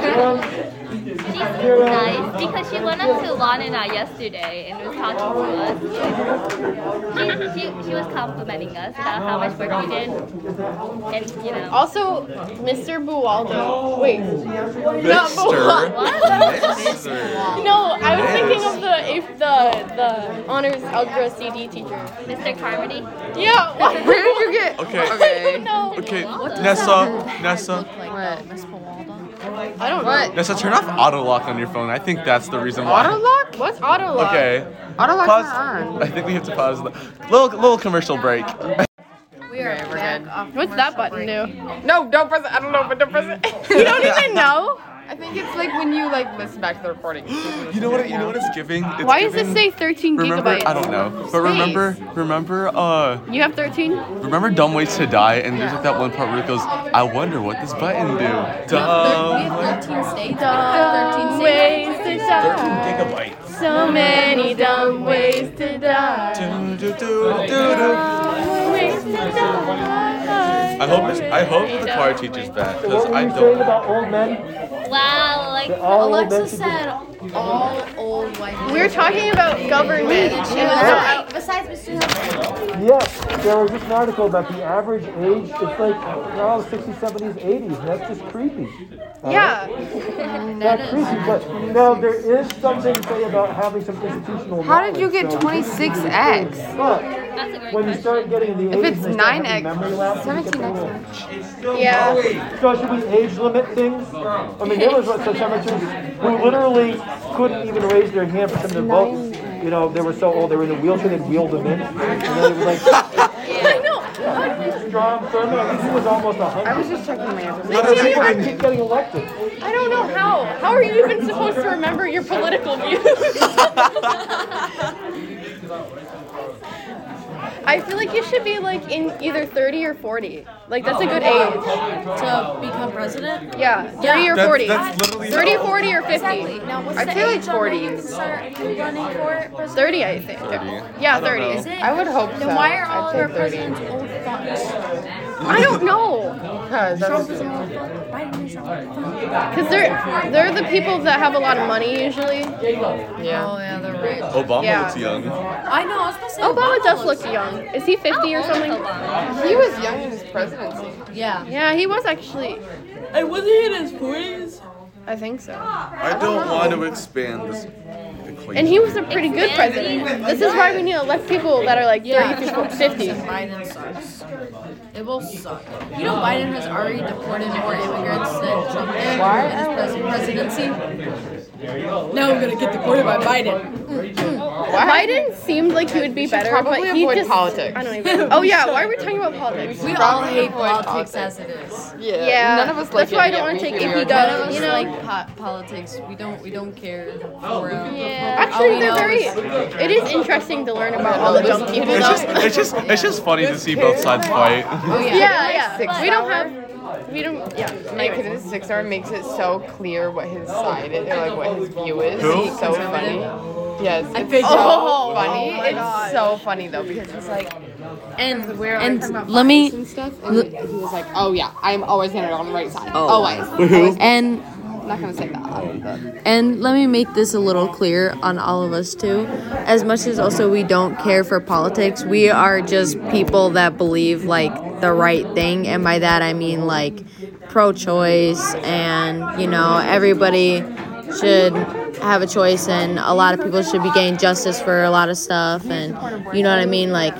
Speaker 4: She's nice because she went up to Lon and I yesterday and was talking to us. She, she, she was complimenting us about how much work we did. And, you know.
Speaker 5: Also, Mr. Buwaldo. Wait. Not
Speaker 3: Mister.
Speaker 5: Buwaldo.
Speaker 3: Mister.
Speaker 5: No, I was thinking of the if the the honors algebra CD teacher.
Speaker 4: Mr. Carmody.
Speaker 5: Yeah. Why?
Speaker 2: Where did you get?
Speaker 3: Okay.
Speaker 5: Okay. No.
Speaker 3: Okay, Nessa, Nessa,
Speaker 1: Like
Speaker 2: What?
Speaker 1: Miss Pawalda.
Speaker 5: I don't know.
Speaker 2: What?
Speaker 3: Nessa, turn off auto lock on your phone. I think that's the reason why.
Speaker 2: Auto lock?
Speaker 5: What's auto lock?
Speaker 3: Okay.
Speaker 2: Auto lock's
Speaker 3: Pause.
Speaker 2: not on.
Speaker 3: I think we have to pause. The little little commercial break.
Speaker 1: We are back off
Speaker 5: What's that button do?
Speaker 2: No, don't press it. I don't know, but don't press it.
Speaker 5: You don't even know?
Speaker 2: I think it's like when you like listen back to the recording.
Speaker 3: You know what? You know what it's giving. It's
Speaker 5: Why does it
Speaker 3: giving-
Speaker 5: say 13
Speaker 3: Remember,
Speaker 5: gigabytes?
Speaker 3: I don't know, but remember, remember, uh,
Speaker 5: You have 13?
Speaker 3: remember "Dumb Ways to Die," and there's like that one part where it goes, "I wonder what this button do."
Speaker 7: We
Speaker 3: Dumb.
Speaker 7: have 13 states. Dumb 13 states.
Speaker 3: gigabytes.
Speaker 5: So many dumb ways to die.
Speaker 3: Do, do, do, do, do. I hope it's, I hope the choir teacher's back because I don't.
Speaker 8: old men?
Speaker 4: Wow, like
Speaker 7: Alexa said all old white people.
Speaker 5: We're talking about government.
Speaker 7: Right. Besides Mr. Humphrey.
Speaker 8: Yes, there was just an article about the average age. It's like oh, they're all 60s, 70s, 80s. And that's just creepy.
Speaker 5: Yeah.
Speaker 8: Not creepy, but now there is something to say about having some institutional.
Speaker 2: How did you get
Speaker 8: knowledge, so-
Speaker 2: 26x?
Speaker 8: But
Speaker 4: that's a great
Speaker 8: when you start
Speaker 4: question.
Speaker 8: getting in the
Speaker 2: If
Speaker 8: 80s,
Speaker 2: it's
Speaker 8: they start
Speaker 2: 9x,
Speaker 8: having memory lapses, you get the
Speaker 2: 17x.
Speaker 8: little-
Speaker 5: Yeah.
Speaker 8: So should we age limit things? I mean, there was such amateurs who literally couldn't even raise their hand for some of their votes. You know, they were so old, they were in a wheelchair, they'd wheeled them in. And then it was like, Strom Thurmond, I think he was almost 100.
Speaker 2: I was just checking my answers.
Speaker 8: How do people that keep getting elected?
Speaker 5: I don't know how. How are you even supposed to remember your political views? I feel like you should be like in either 30 or 40. Like that's a good age.
Speaker 7: Oh, To become president?
Speaker 5: Yeah, 30 or
Speaker 3: That's-
Speaker 5: 40.
Speaker 3: that's literally
Speaker 5: 30, 40 or 50.
Speaker 7: Exactly. Now, what's
Speaker 2: I
Speaker 7: the
Speaker 2: feel like
Speaker 7: age on when you
Speaker 2: 40.
Speaker 7: can start running for president?
Speaker 5: 30, I think. Yeah, 30.
Speaker 7: Is it?
Speaker 2: I would hope so.
Speaker 7: Then why are
Speaker 2: I'd
Speaker 7: all of
Speaker 2: say
Speaker 7: our
Speaker 2: 30.
Speaker 7: presidents old fucks?
Speaker 5: I don't know.
Speaker 2: Because
Speaker 7: Trump
Speaker 2: that's
Speaker 7: is an old fuck. Biden is an old fuck.
Speaker 5: Because they're, they're the people that have a lot of money usually.
Speaker 2: yeah.
Speaker 7: yeah, they're rich.
Speaker 3: Obama
Speaker 5: Yeah.
Speaker 3: looks young.
Speaker 7: I know. I was gonna say
Speaker 5: Obama Oh, does
Speaker 7: looks-
Speaker 5: look young. Is he 50 or something?
Speaker 2: He was young in his presidency.
Speaker 7: Yeah.
Speaker 5: Yeah, he was actually.
Speaker 7: I wasn't in his forties.
Speaker 5: I think so.
Speaker 3: I don't want to expand this. equation.
Speaker 5: And he was a pretty good president. This is why we need to elect people that are like 30 to 50.
Speaker 7: Biden sucks. It will suck. You know, Biden has already deported more immigrants than Trump did in his pres- presidency. Now I'm gonna get deported by Biden.
Speaker 5: Biden seemed like he would be better,
Speaker 2: probably
Speaker 5: but he
Speaker 2: avoid
Speaker 5: just.
Speaker 2: politics.
Speaker 5: I don't even. Oh yeah, why are we talking about politics?
Speaker 7: We all hate
Speaker 2: Probably avoid
Speaker 7: politics as it is.
Speaker 2: Yeah.
Speaker 5: Yeah,
Speaker 2: None of us like
Speaker 5: that's why I
Speaker 2: it,
Speaker 5: don't
Speaker 2: yet
Speaker 5: wanna
Speaker 2: we
Speaker 5: take
Speaker 2: here we
Speaker 5: AP
Speaker 2: are.
Speaker 5: Doug.
Speaker 7: None of us
Speaker 5: You know-
Speaker 7: like po- politics. We don't. We don't care.
Speaker 4: Oh.
Speaker 7: For real.
Speaker 5: Actually,
Speaker 7: Oh,
Speaker 5: they're
Speaker 7: no.
Speaker 5: very. It is interesting to learn about all the dumb people.
Speaker 3: It's just, it's just, it's just funny to see both sides fight.
Speaker 7: Oh yeah.
Speaker 5: Yeah, yeah.
Speaker 2: six
Speaker 5: We don't
Speaker 2: hour.
Speaker 5: have. We don't. Yeah.
Speaker 2: My kid is six hour makes it so clear what his side is, or like what his view is.
Speaker 3: Who?
Speaker 2: It's so funny. Yes. It's
Speaker 7: figured.
Speaker 2: so
Speaker 7: Oh
Speaker 2: funny. it's so funny though because it's like
Speaker 1: And and let me
Speaker 2: and stuff, and he was like, "Oh yeah, I'm always gonna be on the right side.
Speaker 7: Oh.
Speaker 2: Always."
Speaker 1: and
Speaker 2: I'm not gonna say that. but-
Speaker 1: And let me make this a little clear on all of us too. As much as also we don't care for politics, we are just people that believe like the right thing. And by that I mean like pro choice and, you know, everybody should have a choice and a lot of people should be getting justice for a lot of stuff and you know what I mean? Like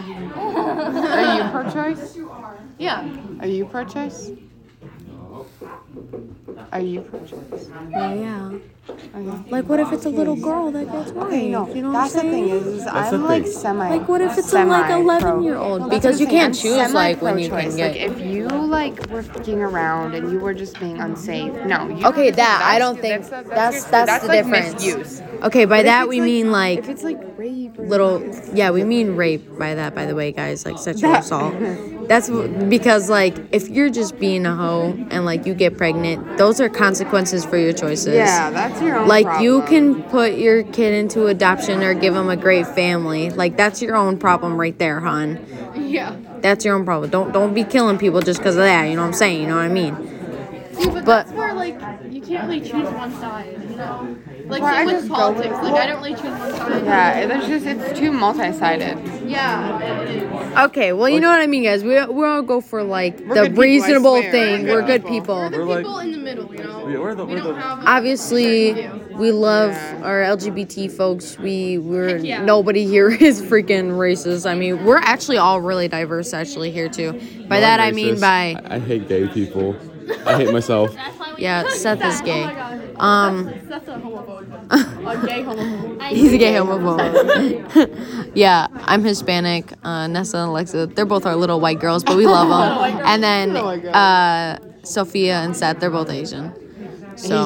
Speaker 2: Are you pro-choice?
Speaker 5: Yeah.
Speaker 2: Are you pro-choice? Are you pro-choice?
Speaker 1: yeah. Like what if it's a little girl that gets raped? You know what I'm
Speaker 2: That's the
Speaker 1: saying?
Speaker 2: thing is, is I'm like semi.
Speaker 1: Like, what if it's a, like,
Speaker 2: semi-pro.
Speaker 1: 11-year-old?
Speaker 2: No, that's
Speaker 1: Because
Speaker 2: what
Speaker 1: you
Speaker 2: I'm saying.
Speaker 1: can't
Speaker 2: I'm
Speaker 1: choose, like, when you can
Speaker 2: semi-pro-choice.
Speaker 1: get-
Speaker 2: Like, if you like were fucking around and you were just being unsafe, no. You
Speaker 1: Okay, that, I
Speaker 2: that's-
Speaker 1: don't think- that's-
Speaker 2: your-
Speaker 1: that's the
Speaker 2: like
Speaker 1: difference.
Speaker 2: Misuse.
Speaker 1: Okay, by
Speaker 2: But if
Speaker 1: that
Speaker 2: it's,
Speaker 1: we mean like
Speaker 2: if it's like rape or
Speaker 1: little yeah we mean rape by that by the way guys like sexual assault that's w- because like if you're just being a hoe and like you get pregnant those are consequences for your choices
Speaker 2: Yeah, that's your own.
Speaker 1: like you
Speaker 2: problem.
Speaker 1: can put your kid into adoption or give him a great family like that's your own problem right there hon
Speaker 5: Yeah.
Speaker 1: that's your own problem don't don't be killing people just because of that you know what i'm saying you know what i mean
Speaker 5: See,
Speaker 1: But-
Speaker 5: but, that's where like you can't really choose one side, you know. Like
Speaker 2: Well, I
Speaker 5: same
Speaker 2: just
Speaker 5: with
Speaker 2: go
Speaker 5: politics,
Speaker 2: with-
Speaker 5: like I don't really choose one side.
Speaker 2: Yeah, there's just it's too multi-sided.
Speaker 5: Yeah.
Speaker 1: okay well you know what i mean guys we, we all go for like
Speaker 2: good
Speaker 1: the
Speaker 2: people, I
Speaker 1: reasonable
Speaker 2: swear.
Speaker 1: thing
Speaker 2: We're
Speaker 1: we're
Speaker 2: good
Speaker 1: good people
Speaker 5: We're the
Speaker 3: We're like-
Speaker 5: people in the middle, you know.
Speaker 3: Yeah, we're the-
Speaker 5: we
Speaker 3: we're
Speaker 5: don't
Speaker 3: the-
Speaker 5: have.
Speaker 1: obviously we love
Speaker 2: Yeah.
Speaker 1: our lgbt folks we we're
Speaker 5: Heck yeah.
Speaker 1: nobody here is freaking racist i mean we're actually all really diverse actually here too by that i mean by
Speaker 3: I hate gay people. I hate myself.
Speaker 4: That's why we
Speaker 1: yeah seth is gay um
Speaker 5: Oh That's a homophobe. a gay homophobe.
Speaker 4: I
Speaker 1: he's a gay homophobe yeah i'm
Speaker 2: Oh
Speaker 1: hispanic uh, nessa and alexa they're both our little white girls but we love them and then uh Sophia and Seth, they're both Asian. So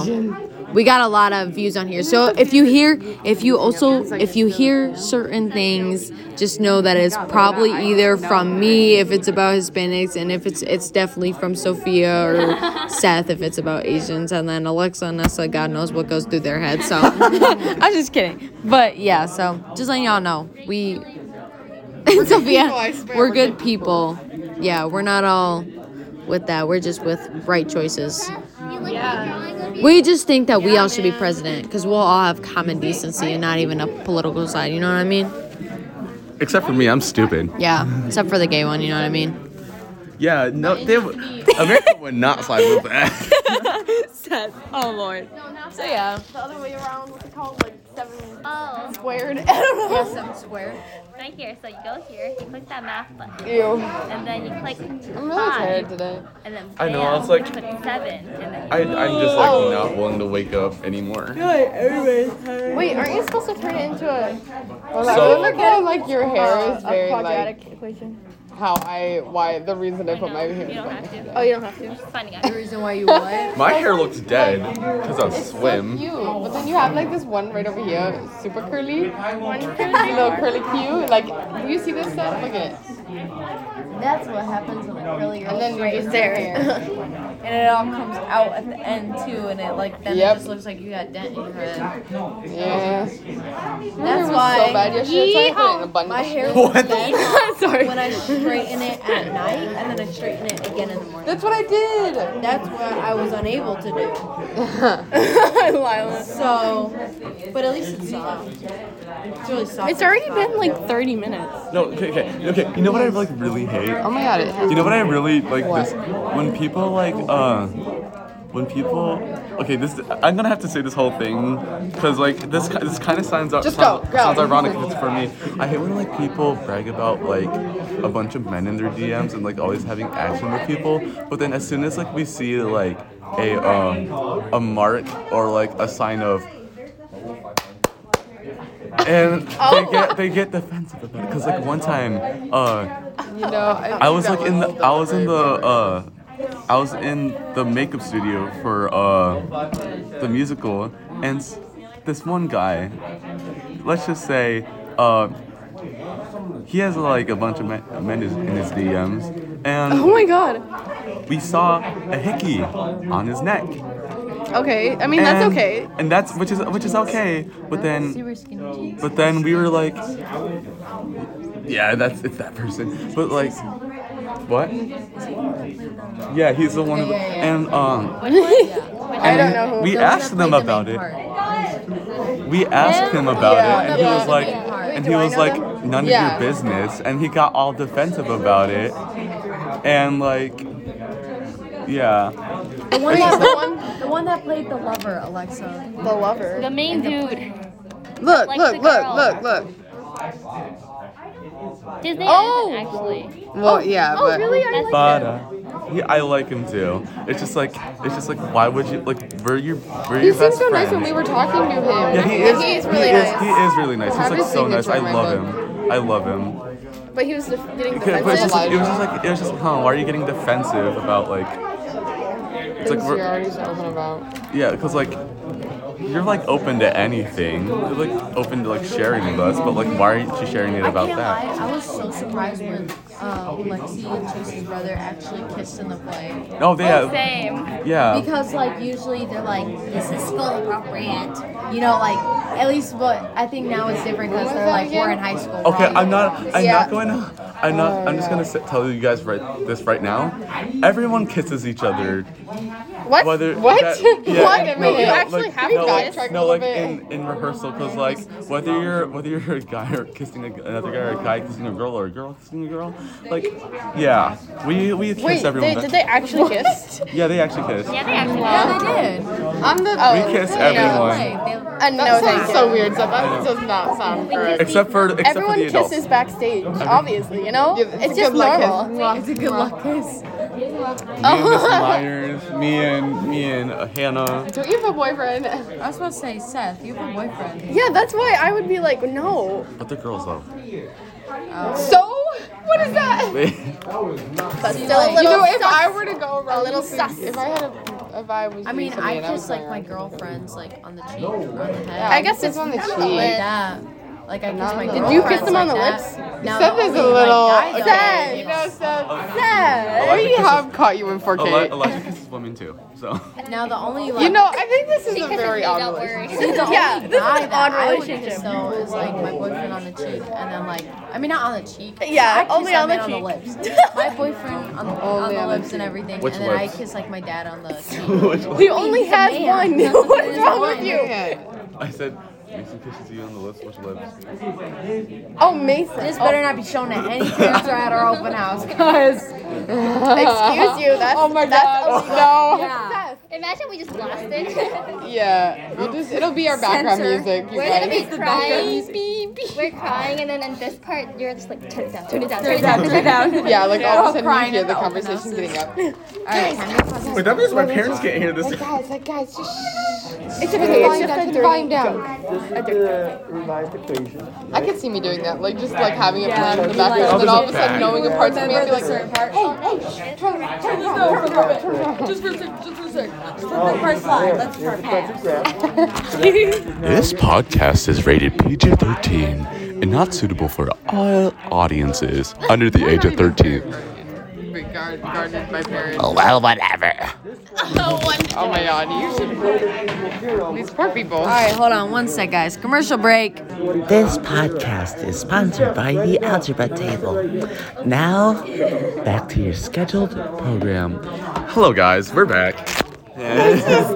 Speaker 1: we got a lot of views on here. So if you hear, if you also, if you hear certain things, just know that it's probably either from me if it's about Hispanics, and if it's, it's definitely from Sophia or Seth if it's about Asians, and then Alexa and Nessa, God knows what goes through their heads. So I'm just kidding, but yeah. So just letting y'all know, we, Sophia, we're good people. Yeah, we're not all with that. We're just with right choices.
Speaker 4: You like my drawing of you?
Speaker 1: We just think that we all should be president because we'll all have common decency and not even a political side. You know what I mean?
Speaker 3: Except for me, I'm stupid.
Speaker 1: Yeah, except for the gay one. You know what I mean?
Speaker 3: Yeah, no, they, w- America would not side with that.
Speaker 1: Oh lord. So yeah,
Speaker 5: The other way around, what's it called? Like seven
Speaker 4: Oh,
Speaker 5: squared. I don't know.
Speaker 7: square.
Speaker 4: right here. So you go here, you click that math button,
Speaker 2: Ew.
Speaker 4: and then you click
Speaker 2: I'm really tired
Speaker 4: five,
Speaker 2: today.
Speaker 4: and then
Speaker 3: I know, I
Speaker 4: bam,
Speaker 3: was like-
Speaker 4: you click seven, and then you
Speaker 3: I, I'm just like not willing to wake up anymore.
Speaker 5: Wait, aren't you supposed to turn it into a, uh,
Speaker 2: Well, I
Speaker 3: So-
Speaker 2: feel like, I like your hair
Speaker 5: a
Speaker 2: is very like
Speaker 5: quadratic equation?
Speaker 2: how I why the reason I put my hair.
Speaker 4: You don't have to.
Speaker 5: Oh, you don't have to.
Speaker 4: It's funny,
Speaker 7: The
Speaker 4: guys.
Speaker 7: reason why you what?
Speaker 3: My hair looks dead because I swim.
Speaker 2: You, but then you have like this one right over here, super curly, you know, curly Q. Like, do you see this stuff? Look at it.
Speaker 7: That's what happens when I really
Speaker 2: And then you just there.
Speaker 7: And it all comes out at the end too, and it like then
Speaker 2: Yep.
Speaker 7: it just looks like you got dent in your head.
Speaker 2: Yeah.
Speaker 7: That's
Speaker 2: it was
Speaker 7: why
Speaker 2: so bad yesterday. So I put it in a bun.
Speaker 7: my hair
Speaker 3: What?
Speaker 7: looks dead
Speaker 2: Sorry.
Speaker 7: when I straighten it at night, and then I straighten it again in the morning.
Speaker 2: That's what I did.
Speaker 7: That's what I was unable to do.
Speaker 5: Lila.
Speaker 7: So, but at least it's soft. It's really soft.
Speaker 5: It's already been like 30 minutes.
Speaker 3: No, okay, okay, okay. You know what I like really hate?
Speaker 2: Oh my god, it has
Speaker 3: You know what I really like
Speaker 2: What?
Speaker 3: this when people like uh when people okay this I'm gonna have to say this whole thing because like this ki- this kind of sounds out
Speaker 2: Just
Speaker 3: sounds,
Speaker 2: go, go.
Speaker 3: sounds ironic if it's for me. I hate when like people brag about like a bunch of men in their DMs and like always having action with people, but then as soon as like we see like a um a mark or like a sign of and
Speaker 2: Oh.
Speaker 3: they get they get defensive about it because like one time uh
Speaker 2: you know, I,
Speaker 3: I was like in the I was in the uh I was in the makeup studio for uh the musical and s- this one guy let's just say uh he has like a bunch of men, men in his DMs and
Speaker 5: Oh my god.
Speaker 3: we saw a hickey on his neck.
Speaker 5: Okay, I mean, that's
Speaker 3: And-
Speaker 5: okay.
Speaker 3: And that's which is which is okay, but then but then we were like yeah, that's it's that person. But like what? Yeah, he's the one. who- And um,
Speaker 5: I don't know who.
Speaker 3: we
Speaker 7: Don't
Speaker 3: asked
Speaker 7: wanna
Speaker 3: them
Speaker 7: play the
Speaker 3: about
Speaker 7: main
Speaker 3: it.
Speaker 7: part.
Speaker 3: We asked him about
Speaker 2: Yeah,
Speaker 3: it, and he
Speaker 2: yeah.
Speaker 3: was like,
Speaker 7: part.
Speaker 3: and he was like, none of
Speaker 2: Yeah.
Speaker 3: your business. And he got all defensive about it, and like, yeah,
Speaker 7: The one, that, the, one, the one that played the lover, Alexa.
Speaker 5: The lover.
Speaker 4: The main dude.
Speaker 2: Look,
Speaker 4: like
Speaker 2: look,
Speaker 4: the
Speaker 2: look,
Speaker 4: girl.
Speaker 2: look, look.
Speaker 4: His name
Speaker 5: Oh!
Speaker 4: isn't actually.
Speaker 2: Well, yeah,
Speaker 5: Oh,
Speaker 2: but
Speaker 5: really? I
Speaker 4: That's
Speaker 3: but
Speaker 5: like
Speaker 3: uh, he, I like him too. It's just like, it's just like, why would you like? We're your, we're
Speaker 2: he
Speaker 3: your
Speaker 2: seems
Speaker 3: best
Speaker 2: so nice when
Speaker 3: friends.
Speaker 2: we were talking to him.
Speaker 3: Yeah, he is.
Speaker 5: He is really
Speaker 3: he
Speaker 5: nice.
Speaker 3: Is, he is really nice.
Speaker 2: Have
Speaker 3: He's like
Speaker 2: his
Speaker 3: so nice. I
Speaker 2: signature in my
Speaker 3: love
Speaker 2: book.
Speaker 3: him. I love him.
Speaker 5: But he was def- getting
Speaker 3: Yeah, but it's
Speaker 5: defensive.
Speaker 3: just, it was just like it was just huh, why are you getting defensive about like it's like
Speaker 2: Things you're
Speaker 3: we're,
Speaker 2: already talking about.
Speaker 3: yeah because like you're like open to anything you're like open to like sharing with us but like why aren't you sharing it about
Speaker 7: I can't
Speaker 3: that
Speaker 7: lie, I was so surprised when uh, Lexi and Chase's brother actually kissed in the play.
Speaker 3: no they have
Speaker 4: Same.
Speaker 3: yeah
Speaker 7: Because like usually they're like, this is school appropriate, you know, like at least what I think now it's different because they're like we're in high school.
Speaker 3: okay
Speaker 7: right?
Speaker 3: I'm not I'm
Speaker 2: Yeah.
Speaker 3: not going to I'm not I'm just gonna sit, tell you guys right this right now everyone kisses each other
Speaker 2: What?
Speaker 3: whether
Speaker 2: what?
Speaker 3: that-
Speaker 2: what?
Speaker 3: yeah,
Speaker 2: I mean,
Speaker 3: no,
Speaker 2: you
Speaker 3: no,
Speaker 2: actually
Speaker 3: like,
Speaker 2: have
Speaker 3: no,
Speaker 2: to
Speaker 3: like-
Speaker 2: backtrack a
Speaker 3: no,
Speaker 2: little
Speaker 3: like
Speaker 2: bit.
Speaker 3: in in rehearsal, because like whether you're whether you're a guy or kissing a, another guy or a guy kissing a girl or a girl kissing a girl, like yeah, we we kiss
Speaker 5: Wait,
Speaker 3: everyone.
Speaker 5: they, did they actually kiss?
Speaker 3: yeah, they actually kiss.
Speaker 4: Yeah, they actually.
Speaker 7: Yeah, they did.
Speaker 2: I'm the.
Speaker 3: We kiss everyone
Speaker 7: Like,
Speaker 5: Uh, no,
Speaker 2: That
Speaker 5: thank
Speaker 2: sounds
Speaker 5: you.
Speaker 2: so weird. So that does not sound correct.
Speaker 3: except for except
Speaker 5: Everyone
Speaker 3: for the adults.
Speaker 5: kisses backstage, obviously, you know?
Speaker 2: Yeah, it's
Speaker 5: it's
Speaker 2: a
Speaker 5: just
Speaker 2: good luck kiss.
Speaker 5: normal.
Speaker 7: it's a good luck kiss.
Speaker 3: Me and Miss Myers, me and me and uh, Hannah.
Speaker 2: Don't you have a boyfriend?
Speaker 7: I was about to say, Seth, you have a boyfriend.
Speaker 5: Yeah, that's why I would be like, no.
Speaker 3: But the girls though.
Speaker 2: So. What is that?
Speaker 9: But still a little
Speaker 2: You know, if
Speaker 9: sus.
Speaker 2: I were to go around,
Speaker 9: A little
Speaker 2: with-
Speaker 9: sus.
Speaker 2: If I had a, if I was.
Speaker 1: I mean,
Speaker 2: somebody
Speaker 1: I
Speaker 2: and was
Speaker 1: kiss like
Speaker 2: going
Speaker 1: my
Speaker 2: around-
Speaker 1: girlfriends like on the cheek or on the head.
Speaker 2: Yeah,
Speaker 9: I guess
Speaker 2: it's
Speaker 9: it's
Speaker 2: on the
Speaker 9: kind of
Speaker 2: cheek.
Speaker 9: lit.
Speaker 1: Yeah. Like I kiss
Speaker 2: Not
Speaker 1: my
Speaker 2: on the
Speaker 1: girlfriends.
Speaker 2: lips. Did you
Speaker 9: kiss them on
Speaker 1: like
Speaker 9: the
Speaker 1: that.
Speaker 9: lips?
Speaker 1: No,
Speaker 2: Seth is a
Speaker 1: only, like,
Speaker 2: little.
Speaker 1: guys
Speaker 2: okay,
Speaker 1: don't.
Speaker 2: you know, Seth.
Speaker 9: Seth.
Speaker 2: We have caught you in 4K.
Speaker 3: Eli- Elijah kisses women too, so.
Speaker 1: Now the only like
Speaker 2: You know, I think this is
Speaker 4: She
Speaker 2: a
Speaker 4: kisses me,
Speaker 2: very
Speaker 4: don't
Speaker 2: odd
Speaker 4: worry.
Speaker 2: relationship.
Speaker 9: Yeah, this is
Speaker 1: guy
Speaker 9: an odd
Speaker 1: that Oh I would
Speaker 9: relationship.
Speaker 1: kiss, though is like my boyfriend on the cheek, and then like I mean not on the cheek.
Speaker 9: Yeah,
Speaker 1: I kiss
Speaker 9: only
Speaker 1: that
Speaker 9: on the
Speaker 1: man
Speaker 9: cheek.
Speaker 1: lips. my boyfriend on the, on the lips and everything,
Speaker 3: Which
Speaker 1: and then
Speaker 3: lips?
Speaker 1: I kiss like my dad on the cheek.
Speaker 9: He only has one. What's wrong
Speaker 1: one.
Speaker 9: with you?
Speaker 3: I said, Mason kisses you on the lips, which lips?
Speaker 9: Oh, Mason.
Speaker 7: This better not be shown to any parents or at our open house, guys.
Speaker 9: Excuse you. That's oh my that's
Speaker 2: Oh,
Speaker 9: illegal.
Speaker 2: no.
Speaker 7: Yeah.
Speaker 4: Imagine we just lost it.
Speaker 2: Yeah, we'll just, it'll be our background
Speaker 7: Censor.
Speaker 2: music. You
Speaker 4: We're gonna
Speaker 2: guys.
Speaker 4: be crying. We're crying, and then in this part, you're just like, turn it down, turn it down, turn it down.
Speaker 7: Down, turn down.
Speaker 2: Yeah, like all
Speaker 7: all
Speaker 2: of a sudden
Speaker 7: crying
Speaker 2: you hear
Speaker 7: in
Speaker 2: the
Speaker 7: the open
Speaker 2: conversation
Speaker 7: houses.
Speaker 2: getting up.
Speaker 7: All right, time to pause this.
Speaker 3: Wait, that means my parents can't hear this.
Speaker 2: Guys, like guys, just
Speaker 9: It's okay. It's just
Speaker 2: turn
Speaker 9: a
Speaker 2: the
Speaker 9: dirty.
Speaker 2: volume down.
Speaker 8: This is the revised equation.
Speaker 2: I could see me doing that, like just like having a plan in the
Speaker 7: Yeah,
Speaker 2: background, and then all of a sudden
Speaker 3: like-
Speaker 2: knowing a part of me, I'd be like,
Speaker 7: Just for a sec, just for a sec. Just for a quick slide. Let's for a pass.
Speaker 3: This podcast is rated PG 13 and not suitable for all audiences under the age of Oh. 13.
Speaker 2: Big guard, guarded by parents.
Speaker 6: Well, whatever.
Speaker 2: Oh my god, you should. These poor people.
Speaker 7: All right, hold on one sec, guys. Commercial break.
Speaker 6: This podcast is sponsored by the Algebra Table. Now, back to your scheduled program.
Speaker 3: Hello, guys, we're back.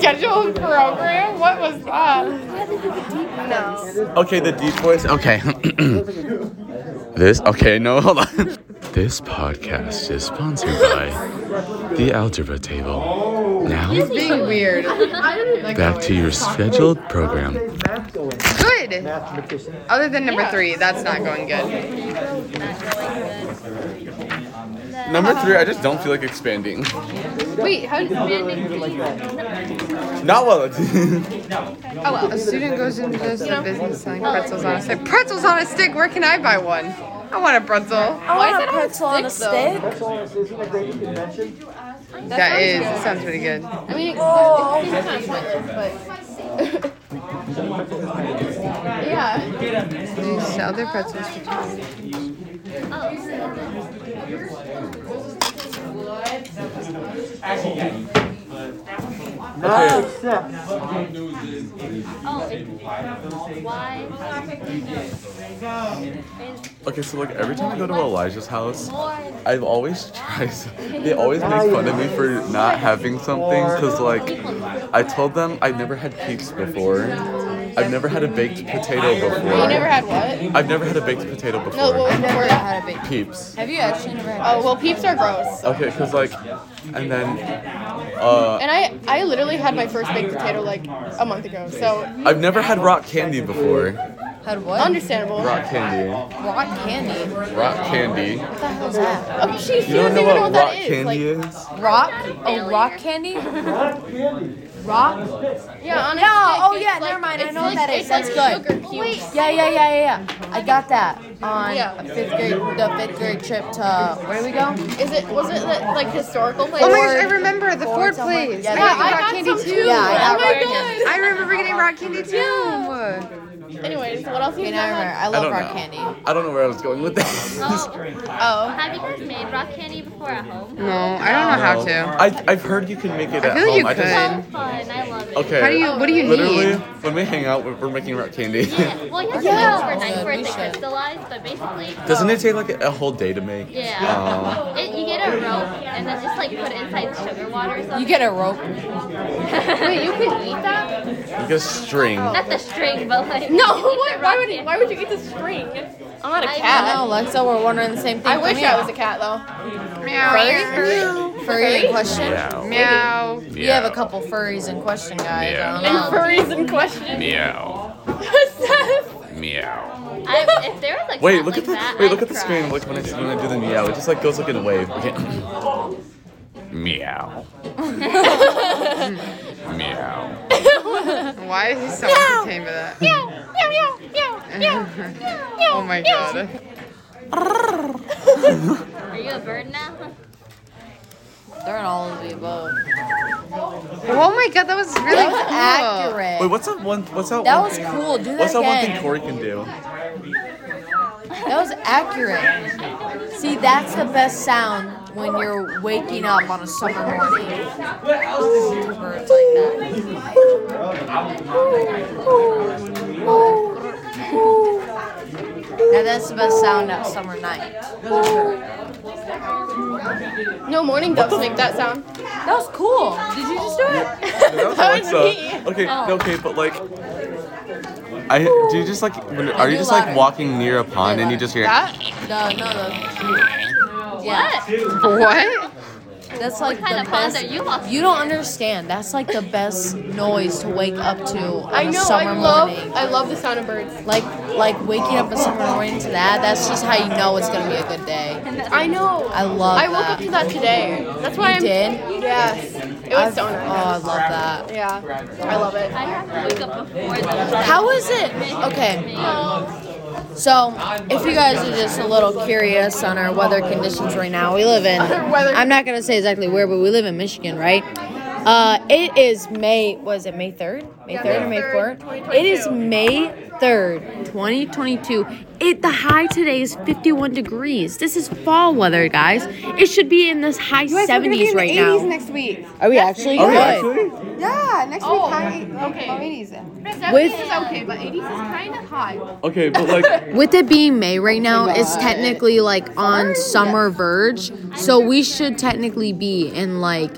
Speaker 2: Scheduled program? What was that?
Speaker 3: Okay, the deep voice. Okay. this. Okay, no, hold on. This podcast is sponsored by the Algebra Table. Now,
Speaker 2: Being weird.
Speaker 3: back to your scheduled program.
Speaker 2: Good. Other than number three, that's not going good.
Speaker 3: Number three, I just don't feel like expanding.
Speaker 2: Wait, how?
Speaker 3: Not well.
Speaker 2: Oh, well. Oh. A student goes into this business selling pretzels on a stick. Pretzels on a stick. Where can I buy one? I want a pretzel.
Speaker 7: I want a pretzel on a stick.
Speaker 8: That's all. This isn't a great convention.
Speaker 2: that is. That sounds pretty good.
Speaker 9: Yeah.
Speaker 2: They sell their pretzels for twenty.
Speaker 4: Oh,
Speaker 8: Not except.
Speaker 4: Oh, it- why?
Speaker 3: Okay, so like every time I go to Elijah's house, I've always tried. They always make fun of me for not having something because like I told them I've never had cakes before. I've never had a baked potato before.
Speaker 9: You never had what?
Speaker 3: I've never had a baked potato before.
Speaker 9: No, well, never had a
Speaker 3: Peeps.
Speaker 7: Have you actually never had
Speaker 9: Oh well, peeps are gross.
Speaker 3: Okay, because like, and then, uh,
Speaker 9: And I, I literally had my first baked potato like a month ago, so
Speaker 3: I've never had rock candy before.
Speaker 7: had what?
Speaker 9: understandable.
Speaker 3: Rock candy.
Speaker 7: rock candy. What
Speaker 3: Rock candy.
Speaker 7: the hell is that?
Speaker 9: Oh, she, she
Speaker 3: You
Speaker 9: doesn't
Speaker 3: don't know
Speaker 9: even know what
Speaker 3: what rock
Speaker 9: that is.
Speaker 3: candy
Speaker 9: Like,
Speaker 3: is?
Speaker 7: Rock? Oh, rock candy? Rock?
Speaker 9: yeah, honestly.
Speaker 7: Yeah. Oh, yeah. Never mind. I know what that is. That's good. Yeah, yeah, yeah, yeah, yeah. I got that on
Speaker 9: Yeah.
Speaker 7: fifth grade, the fifth grade trip to where do we go?
Speaker 9: Is it was it like, like historical place?
Speaker 2: Oh my gosh, I remember the Ford
Speaker 7: somewhere.
Speaker 2: place.
Speaker 7: Yeah,
Speaker 2: I
Speaker 7: they-
Speaker 2: got
Speaker 9: I
Speaker 2: rock
Speaker 9: got
Speaker 2: candy
Speaker 9: some
Speaker 2: too.
Speaker 9: too.
Speaker 7: Yeah, I got
Speaker 9: oh my
Speaker 7: rock
Speaker 9: god.
Speaker 2: I remember getting rock candy too.
Speaker 9: Anyways, what else?
Speaker 7: Okay, now I remember. I
Speaker 3: I
Speaker 7: love
Speaker 3: don't
Speaker 7: rock
Speaker 3: know.
Speaker 7: candy.
Speaker 3: I don't know where I was going with that.
Speaker 4: Oh,
Speaker 9: Oh.
Speaker 4: have you guys made rock candy before at home?
Speaker 2: No, Oh, I don't know how to.
Speaker 3: I, I've heard you can make it at
Speaker 2: feel like
Speaker 3: home.
Speaker 2: you
Speaker 3: I just-
Speaker 2: could.
Speaker 4: So fun, I love it.
Speaker 3: Okay.
Speaker 2: How do you? What do you
Speaker 3: Literally,
Speaker 2: need?
Speaker 3: when we hang out, we're, we're making rock candy.
Speaker 4: Yeah. Well, you have to
Speaker 7: Yeah.
Speaker 4: wait overnight for it to
Speaker 7: Yeah, we should.
Speaker 4: crystallize, but basically.
Speaker 3: Doesn't it take like a, a whole day to make?
Speaker 4: Yeah. It, you get a rope and then just like put it inside sugar water or something.
Speaker 7: You get a rope.
Speaker 4: Wait, you could eat that?
Speaker 3: Like a string.
Speaker 4: Not the string, but like.
Speaker 9: No,
Speaker 4: you eat
Speaker 9: what,
Speaker 4: the
Speaker 9: why
Speaker 4: rock
Speaker 9: would you,
Speaker 4: candy.
Speaker 9: why would you eat the string? I'm not a
Speaker 4: I
Speaker 7: I
Speaker 9: cat.
Speaker 7: know, Alexa. We're wondering the same thing.
Speaker 9: I wish I was a cat though.
Speaker 7: furry. Furry in question.
Speaker 3: Meow.
Speaker 2: Meow.
Speaker 7: You have a couple furries in question, guys. I
Speaker 4: Um,
Speaker 7: don't know.
Speaker 9: Furries in question.
Speaker 3: Meow. Meow.
Speaker 4: I, if there was like.
Speaker 3: Wait, look at the
Speaker 4: that,
Speaker 3: wait,
Speaker 4: I'd
Speaker 3: look at the
Speaker 4: cry.
Speaker 3: screen. Like when I when I do the meow, it just like goes like in a wave. Okay. meow. meow.
Speaker 2: Why is he so entertained by that? Meow, meow, meow, meow, meow, Oh my god.
Speaker 4: Are you a bird now?
Speaker 1: They're in all of the above.
Speaker 2: Oh my god, that was really
Speaker 1: That was accurate.
Speaker 3: Wait, what's that one? What's that?
Speaker 1: That
Speaker 3: one
Speaker 1: was
Speaker 3: thing-
Speaker 1: cool. Do that
Speaker 3: What's that one thing
Speaker 1: again.
Speaker 3: Corey can do?
Speaker 1: That was accurate. See, that's the best sound when you're waking up on a summer morning. To birds like that. Now that's the best sound at summer night.
Speaker 5: No morning doves make that sound.
Speaker 1: That was cool. Did you just do it?
Speaker 3: That was Alexa. Okay, no, okay, but like, I do you just like when, are you
Speaker 1: do
Speaker 3: just like
Speaker 1: louder.
Speaker 3: walking near a pond and you
Speaker 1: louder.
Speaker 3: just hear?
Speaker 1: No, no, no. Yeah,
Speaker 2: What?
Speaker 1: that's like
Speaker 4: What kind
Speaker 1: the
Speaker 4: of pond
Speaker 1: best.
Speaker 4: are you walking
Speaker 1: You don't understand. That's like the best noise to wake up to on
Speaker 5: I
Speaker 1: a
Speaker 5: know.
Speaker 1: summer
Speaker 5: I love.
Speaker 9: Oh,
Speaker 1: morning.
Speaker 5: I love the sound of birds.
Speaker 1: Like like waking up a summer morning to that, that's just how you know it's gonna be a good day.
Speaker 5: I know.
Speaker 1: I love
Speaker 5: I woke
Speaker 1: that.
Speaker 5: up to that today. That's why
Speaker 1: You
Speaker 5: I'm.
Speaker 1: did?
Speaker 5: Yes. It was so
Speaker 1: Oh,
Speaker 5: nice.
Speaker 1: I love that.
Speaker 5: Yeah. I love it.
Speaker 4: I have to wake up before the
Speaker 1: How is it? Okay, so if you guys are just a little curious on our weather conditions right now, we live in,
Speaker 5: weather-
Speaker 1: I'm not gonna say exactly where, but we live in Michigan, right? Uh, it is May, was it May 3rd? May 3rd or May
Speaker 5: May 3rd,
Speaker 1: 4th? It is
Speaker 5: 2022.
Speaker 1: May 3rd, 2022. It the high today is 51 degrees. This is fall weather, guys. It should be in this high 70s right now.
Speaker 2: next week.
Speaker 1: Are we actually
Speaker 3: Are we
Speaker 1: good? Oh.
Speaker 3: actually?
Speaker 2: Yeah, next week high eight,
Speaker 5: okay.
Speaker 2: low 80s.
Speaker 1: With-
Speaker 5: This is okay, but 80s is kind of hot.
Speaker 3: Okay, but like,
Speaker 1: With it being May right now, it's technically like on summer verge. So we should technically be in like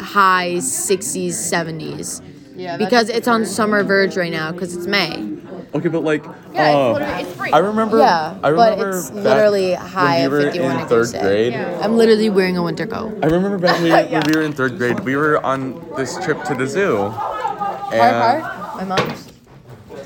Speaker 1: high 60s, 70s.
Speaker 2: Yeah, that's
Speaker 1: Because it's on summer verge right now because it's May.
Speaker 3: okay, but like,
Speaker 5: Yeah, it's
Speaker 3: um,
Speaker 5: literally- it's free.
Speaker 3: I remember.
Speaker 1: Yeah,
Speaker 3: I
Speaker 1: but
Speaker 3: remember
Speaker 1: it's
Speaker 3: back
Speaker 1: literally
Speaker 3: when
Speaker 1: high
Speaker 3: we
Speaker 1: at
Speaker 3: were
Speaker 1: 51
Speaker 3: in
Speaker 1: degrees
Speaker 3: third
Speaker 1: today.
Speaker 3: grade.
Speaker 1: I'm literally wearing a winter coat.
Speaker 3: I remember back when we, when we were in third grade. We were on this trip to the zoo.
Speaker 1: Part,
Speaker 3: And,
Speaker 1: part? My mom's?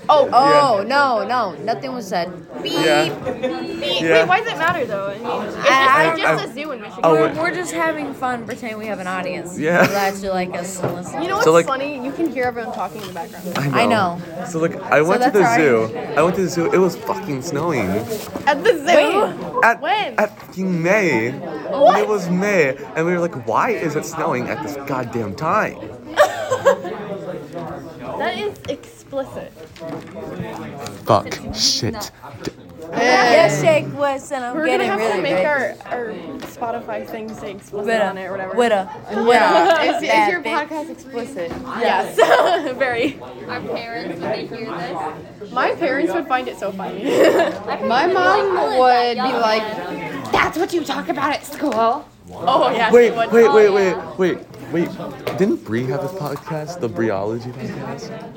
Speaker 1: Oh, oh, no, no. Nothing was said.
Speaker 3: yeah.
Speaker 5: Wait,
Speaker 3: Yeah.
Speaker 5: why does it matter though? I mean, it's just,
Speaker 1: I-
Speaker 5: it's
Speaker 3: I-
Speaker 5: just a zoo in Michigan.
Speaker 3: Oh,
Speaker 1: We're,
Speaker 3: wait.
Speaker 1: we're just having fun pretending we have an audience.
Speaker 3: Yeah.
Speaker 1: People actually like us and listen.
Speaker 5: You know what's
Speaker 3: So, like-
Speaker 5: funny? You can hear everyone talking in the background.
Speaker 3: I know.
Speaker 1: I know.
Speaker 3: So like, I went to
Speaker 1: that's
Speaker 3: the
Speaker 1: our-
Speaker 3: zoo. I went to the zoo. It was fucking snowing.
Speaker 5: At the zoo.
Speaker 3: At,
Speaker 5: When?
Speaker 3: At fucking May. It was May, and we were like, why is it snowing at this goddamn time?
Speaker 5: That is explicit.
Speaker 3: Fuck. Shit.
Speaker 1: Yes, shake was, and I'm
Speaker 5: We're
Speaker 1: getting
Speaker 5: gonna have
Speaker 1: really
Speaker 5: to make
Speaker 1: big.
Speaker 5: our, our Spotify thing say explicit
Speaker 1: Witta.
Speaker 5: on it or whatever.
Speaker 1: Witta. Witta.
Speaker 2: Is, is
Speaker 1: Bad
Speaker 2: your
Speaker 1: bitch.
Speaker 2: podcast explicit?
Speaker 5: Yes. Very.
Speaker 4: Our parents, when they hear this,
Speaker 5: My parents would find it so funny.
Speaker 2: My mom would be like, that's what you talk about at school.
Speaker 5: oh yeah.
Speaker 3: Wait,
Speaker 5: she would.
Speaker 3: wait, wait, wait, wait, wait. Didn't Bree have this podcast, the Briology podcast?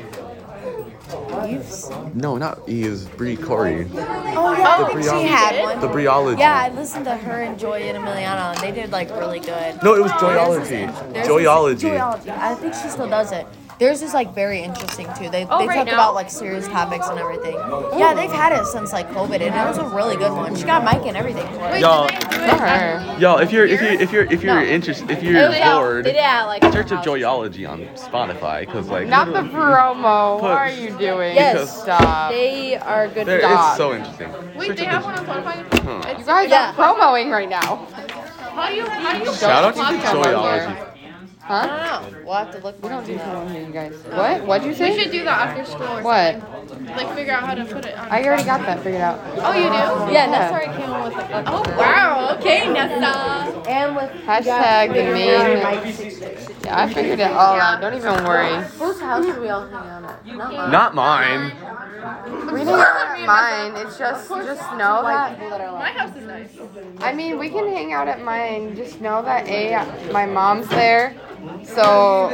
Speaker 3: No, not E, Eve's. Bree Corey.
Speaker 1: Oh, yeah,
Speaker 3: The
Speaker 1: I think
Speaker 3: Brianna-
Speaker 1: she had one.
Speaker 3: The Briology.
Speaker 1: Yeah, I listened to her and Joy and Emiliano, and they did like really good.
Speaker 3: No, it was Joyology.
Speaker 1: There's this-
Speaker 3: Joyology.
Speaker 1: Joyology. I think she still does it. Theirs is like very interesting too. They, they
Speaker 5: right
Speaker 1: talk
Speaker 5: now?
Speaker 1: about like serious topics and everything. Yeah, they've had it since like COVID, and it was a really good one. She got mic and everything. for it.
Speaker 3: Y'all,
Speaker 2: Her.
Speaker 3: y'all, if you're if you if you're if you're interested if
Speaker 7: Oh,
Speaker 3: you're bored,
Speaker 1: They did it at, like
Speaker 3: Church of Joyology on Spotify, cause like
Speaker 2: Not the promo. What
Speaker 3: Put-
Speaker 2: are you doing?
Speaker 1: Yes.
Speaker 2: Stop.
Speaker 1: They are good.
Speaker 3: there,
Speaker 2: Stop.
Speaker 3: it's so interesting. Wait, they have one on Hmm.
Speaker 2: You guys
Speaker 1: Yeah.
Speaker 2: are promoting right now.
Speaker 3: Shout out to
Speaker 2: Don't talk about
Speaker 3: Joyology.
Speaker 2: it. Huh?
Speaker 1: I don't know. We'll have to look.
Speaker 2: We don't do
Speaker 1: into that.
Speaker 2: promo here, you guys. What? What'd you say?
Speaker 5: We should do that after school or
Speaker 2: What?
Speaker 5: something. Like figure out how to put it on.
Speaker 2: I already got that figured out.
Speaker 5: Oh, you do?
Speaker 1: Yeah, that's where I came up with the
Speaker 5: Oh wow. Okay, Nessa.
Speaker 1: And with
Speaker 2: Hashtag the main. Yeah, I figured it all out. Don't even worry.
Speaker 1: whose house do we all hang out at? Not mine.
Speaker 3: Not mine.
Speaker 2: We didn't at mine. It's just just know that.
Speaker 5: My house is nice.
Speaker 2: I mean, we can hang out at mine. Just know that a my mom's there, so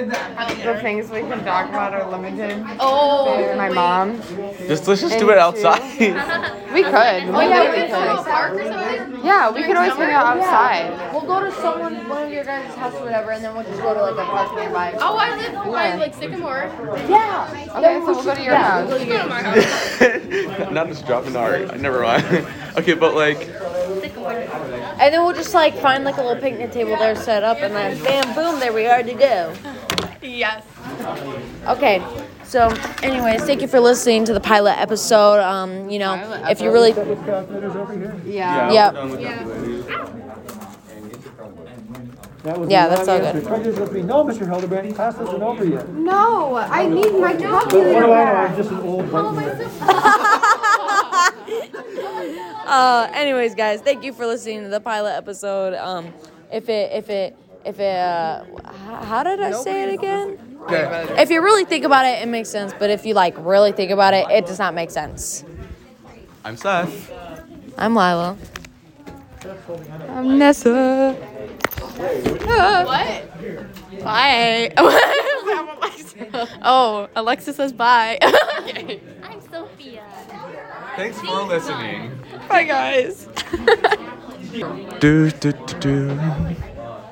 Speaker 2: the things we can talk about are limited.
Speaker 5: Oh.
Speaker 2: With my mom.
Speaker 3: Just let's just do
Speaker 2: And
Speaker 3: it
Speaker 2: two.
Speaker 3: outside.
Speaker 2: We could. We
Speaker 5: Oh, we
Speaker 2: definitely
Speaker 5: go to a
Speaker 2: could.
Speaker 5: park or something.
Speaker 2: Yeah, we could always hang out outside.
Speaker 1: We'll go to someone, one of your guys' house or whatever, and then we'll just go to like a park nearby.
Speaker 5: Oh, I live by like Sycamore.
Speaker 1: yeah.
Speaker 2: Okay, so we'll go to your house.
Speaker 5: You go to my house.
Speaker 3: Not just dropping art. Never mind. okay, but like,
Speaker 1: And then we'll just like find like a little picnic table there set up, and then bam, boom, there we are to go.
Speaker 5: Yes.
Speaker 1: Okay, So, anyways, thank you for listening to the pilot episode. Um, you know, if you really,
Speaker 2: Yeah.
Speaker 1: Yep.
Speaker 8: That was
Speaker 1: Yeah,
Speaker 8: the
Speaker 1: that's
Speaker 8: wrong
Speaker 1: all
Speaker 8: answer.
Speaker 1: good.
Speaker 8: Prejudice would be, no, Mr. Hildebrand, class isn't over yet.
Speaker 2: No, I need my
Speaker 8: But what
Speaker 2: calculator
Speaker 8: do I know? I'm
Speaker 2: back.
Speaker 8: just an old button.
Speaker 1: uh, anyways, guys, thank you for listening to the pilot episode. Um, if it, if it, if it, uh, h- how did I say it again? If you really think about it, it makes sense. But if you like really think about it, it does not make sense.
Speaker 3: I'm Seth.
Speaker 1: I'm Lila.
Speaker 2: I'm Nessa.
Speaker 5: Bye. oh, Alexa says bye. okay.
Speaker 4: I'm Sophia.
Speaker 3: Thanks for listening.
Speaker 5: Bye, guys.
Speaker 3: Do do do do.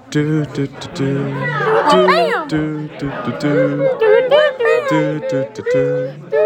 Speaker 3: Do do do do. Do do do do do. Do do do do.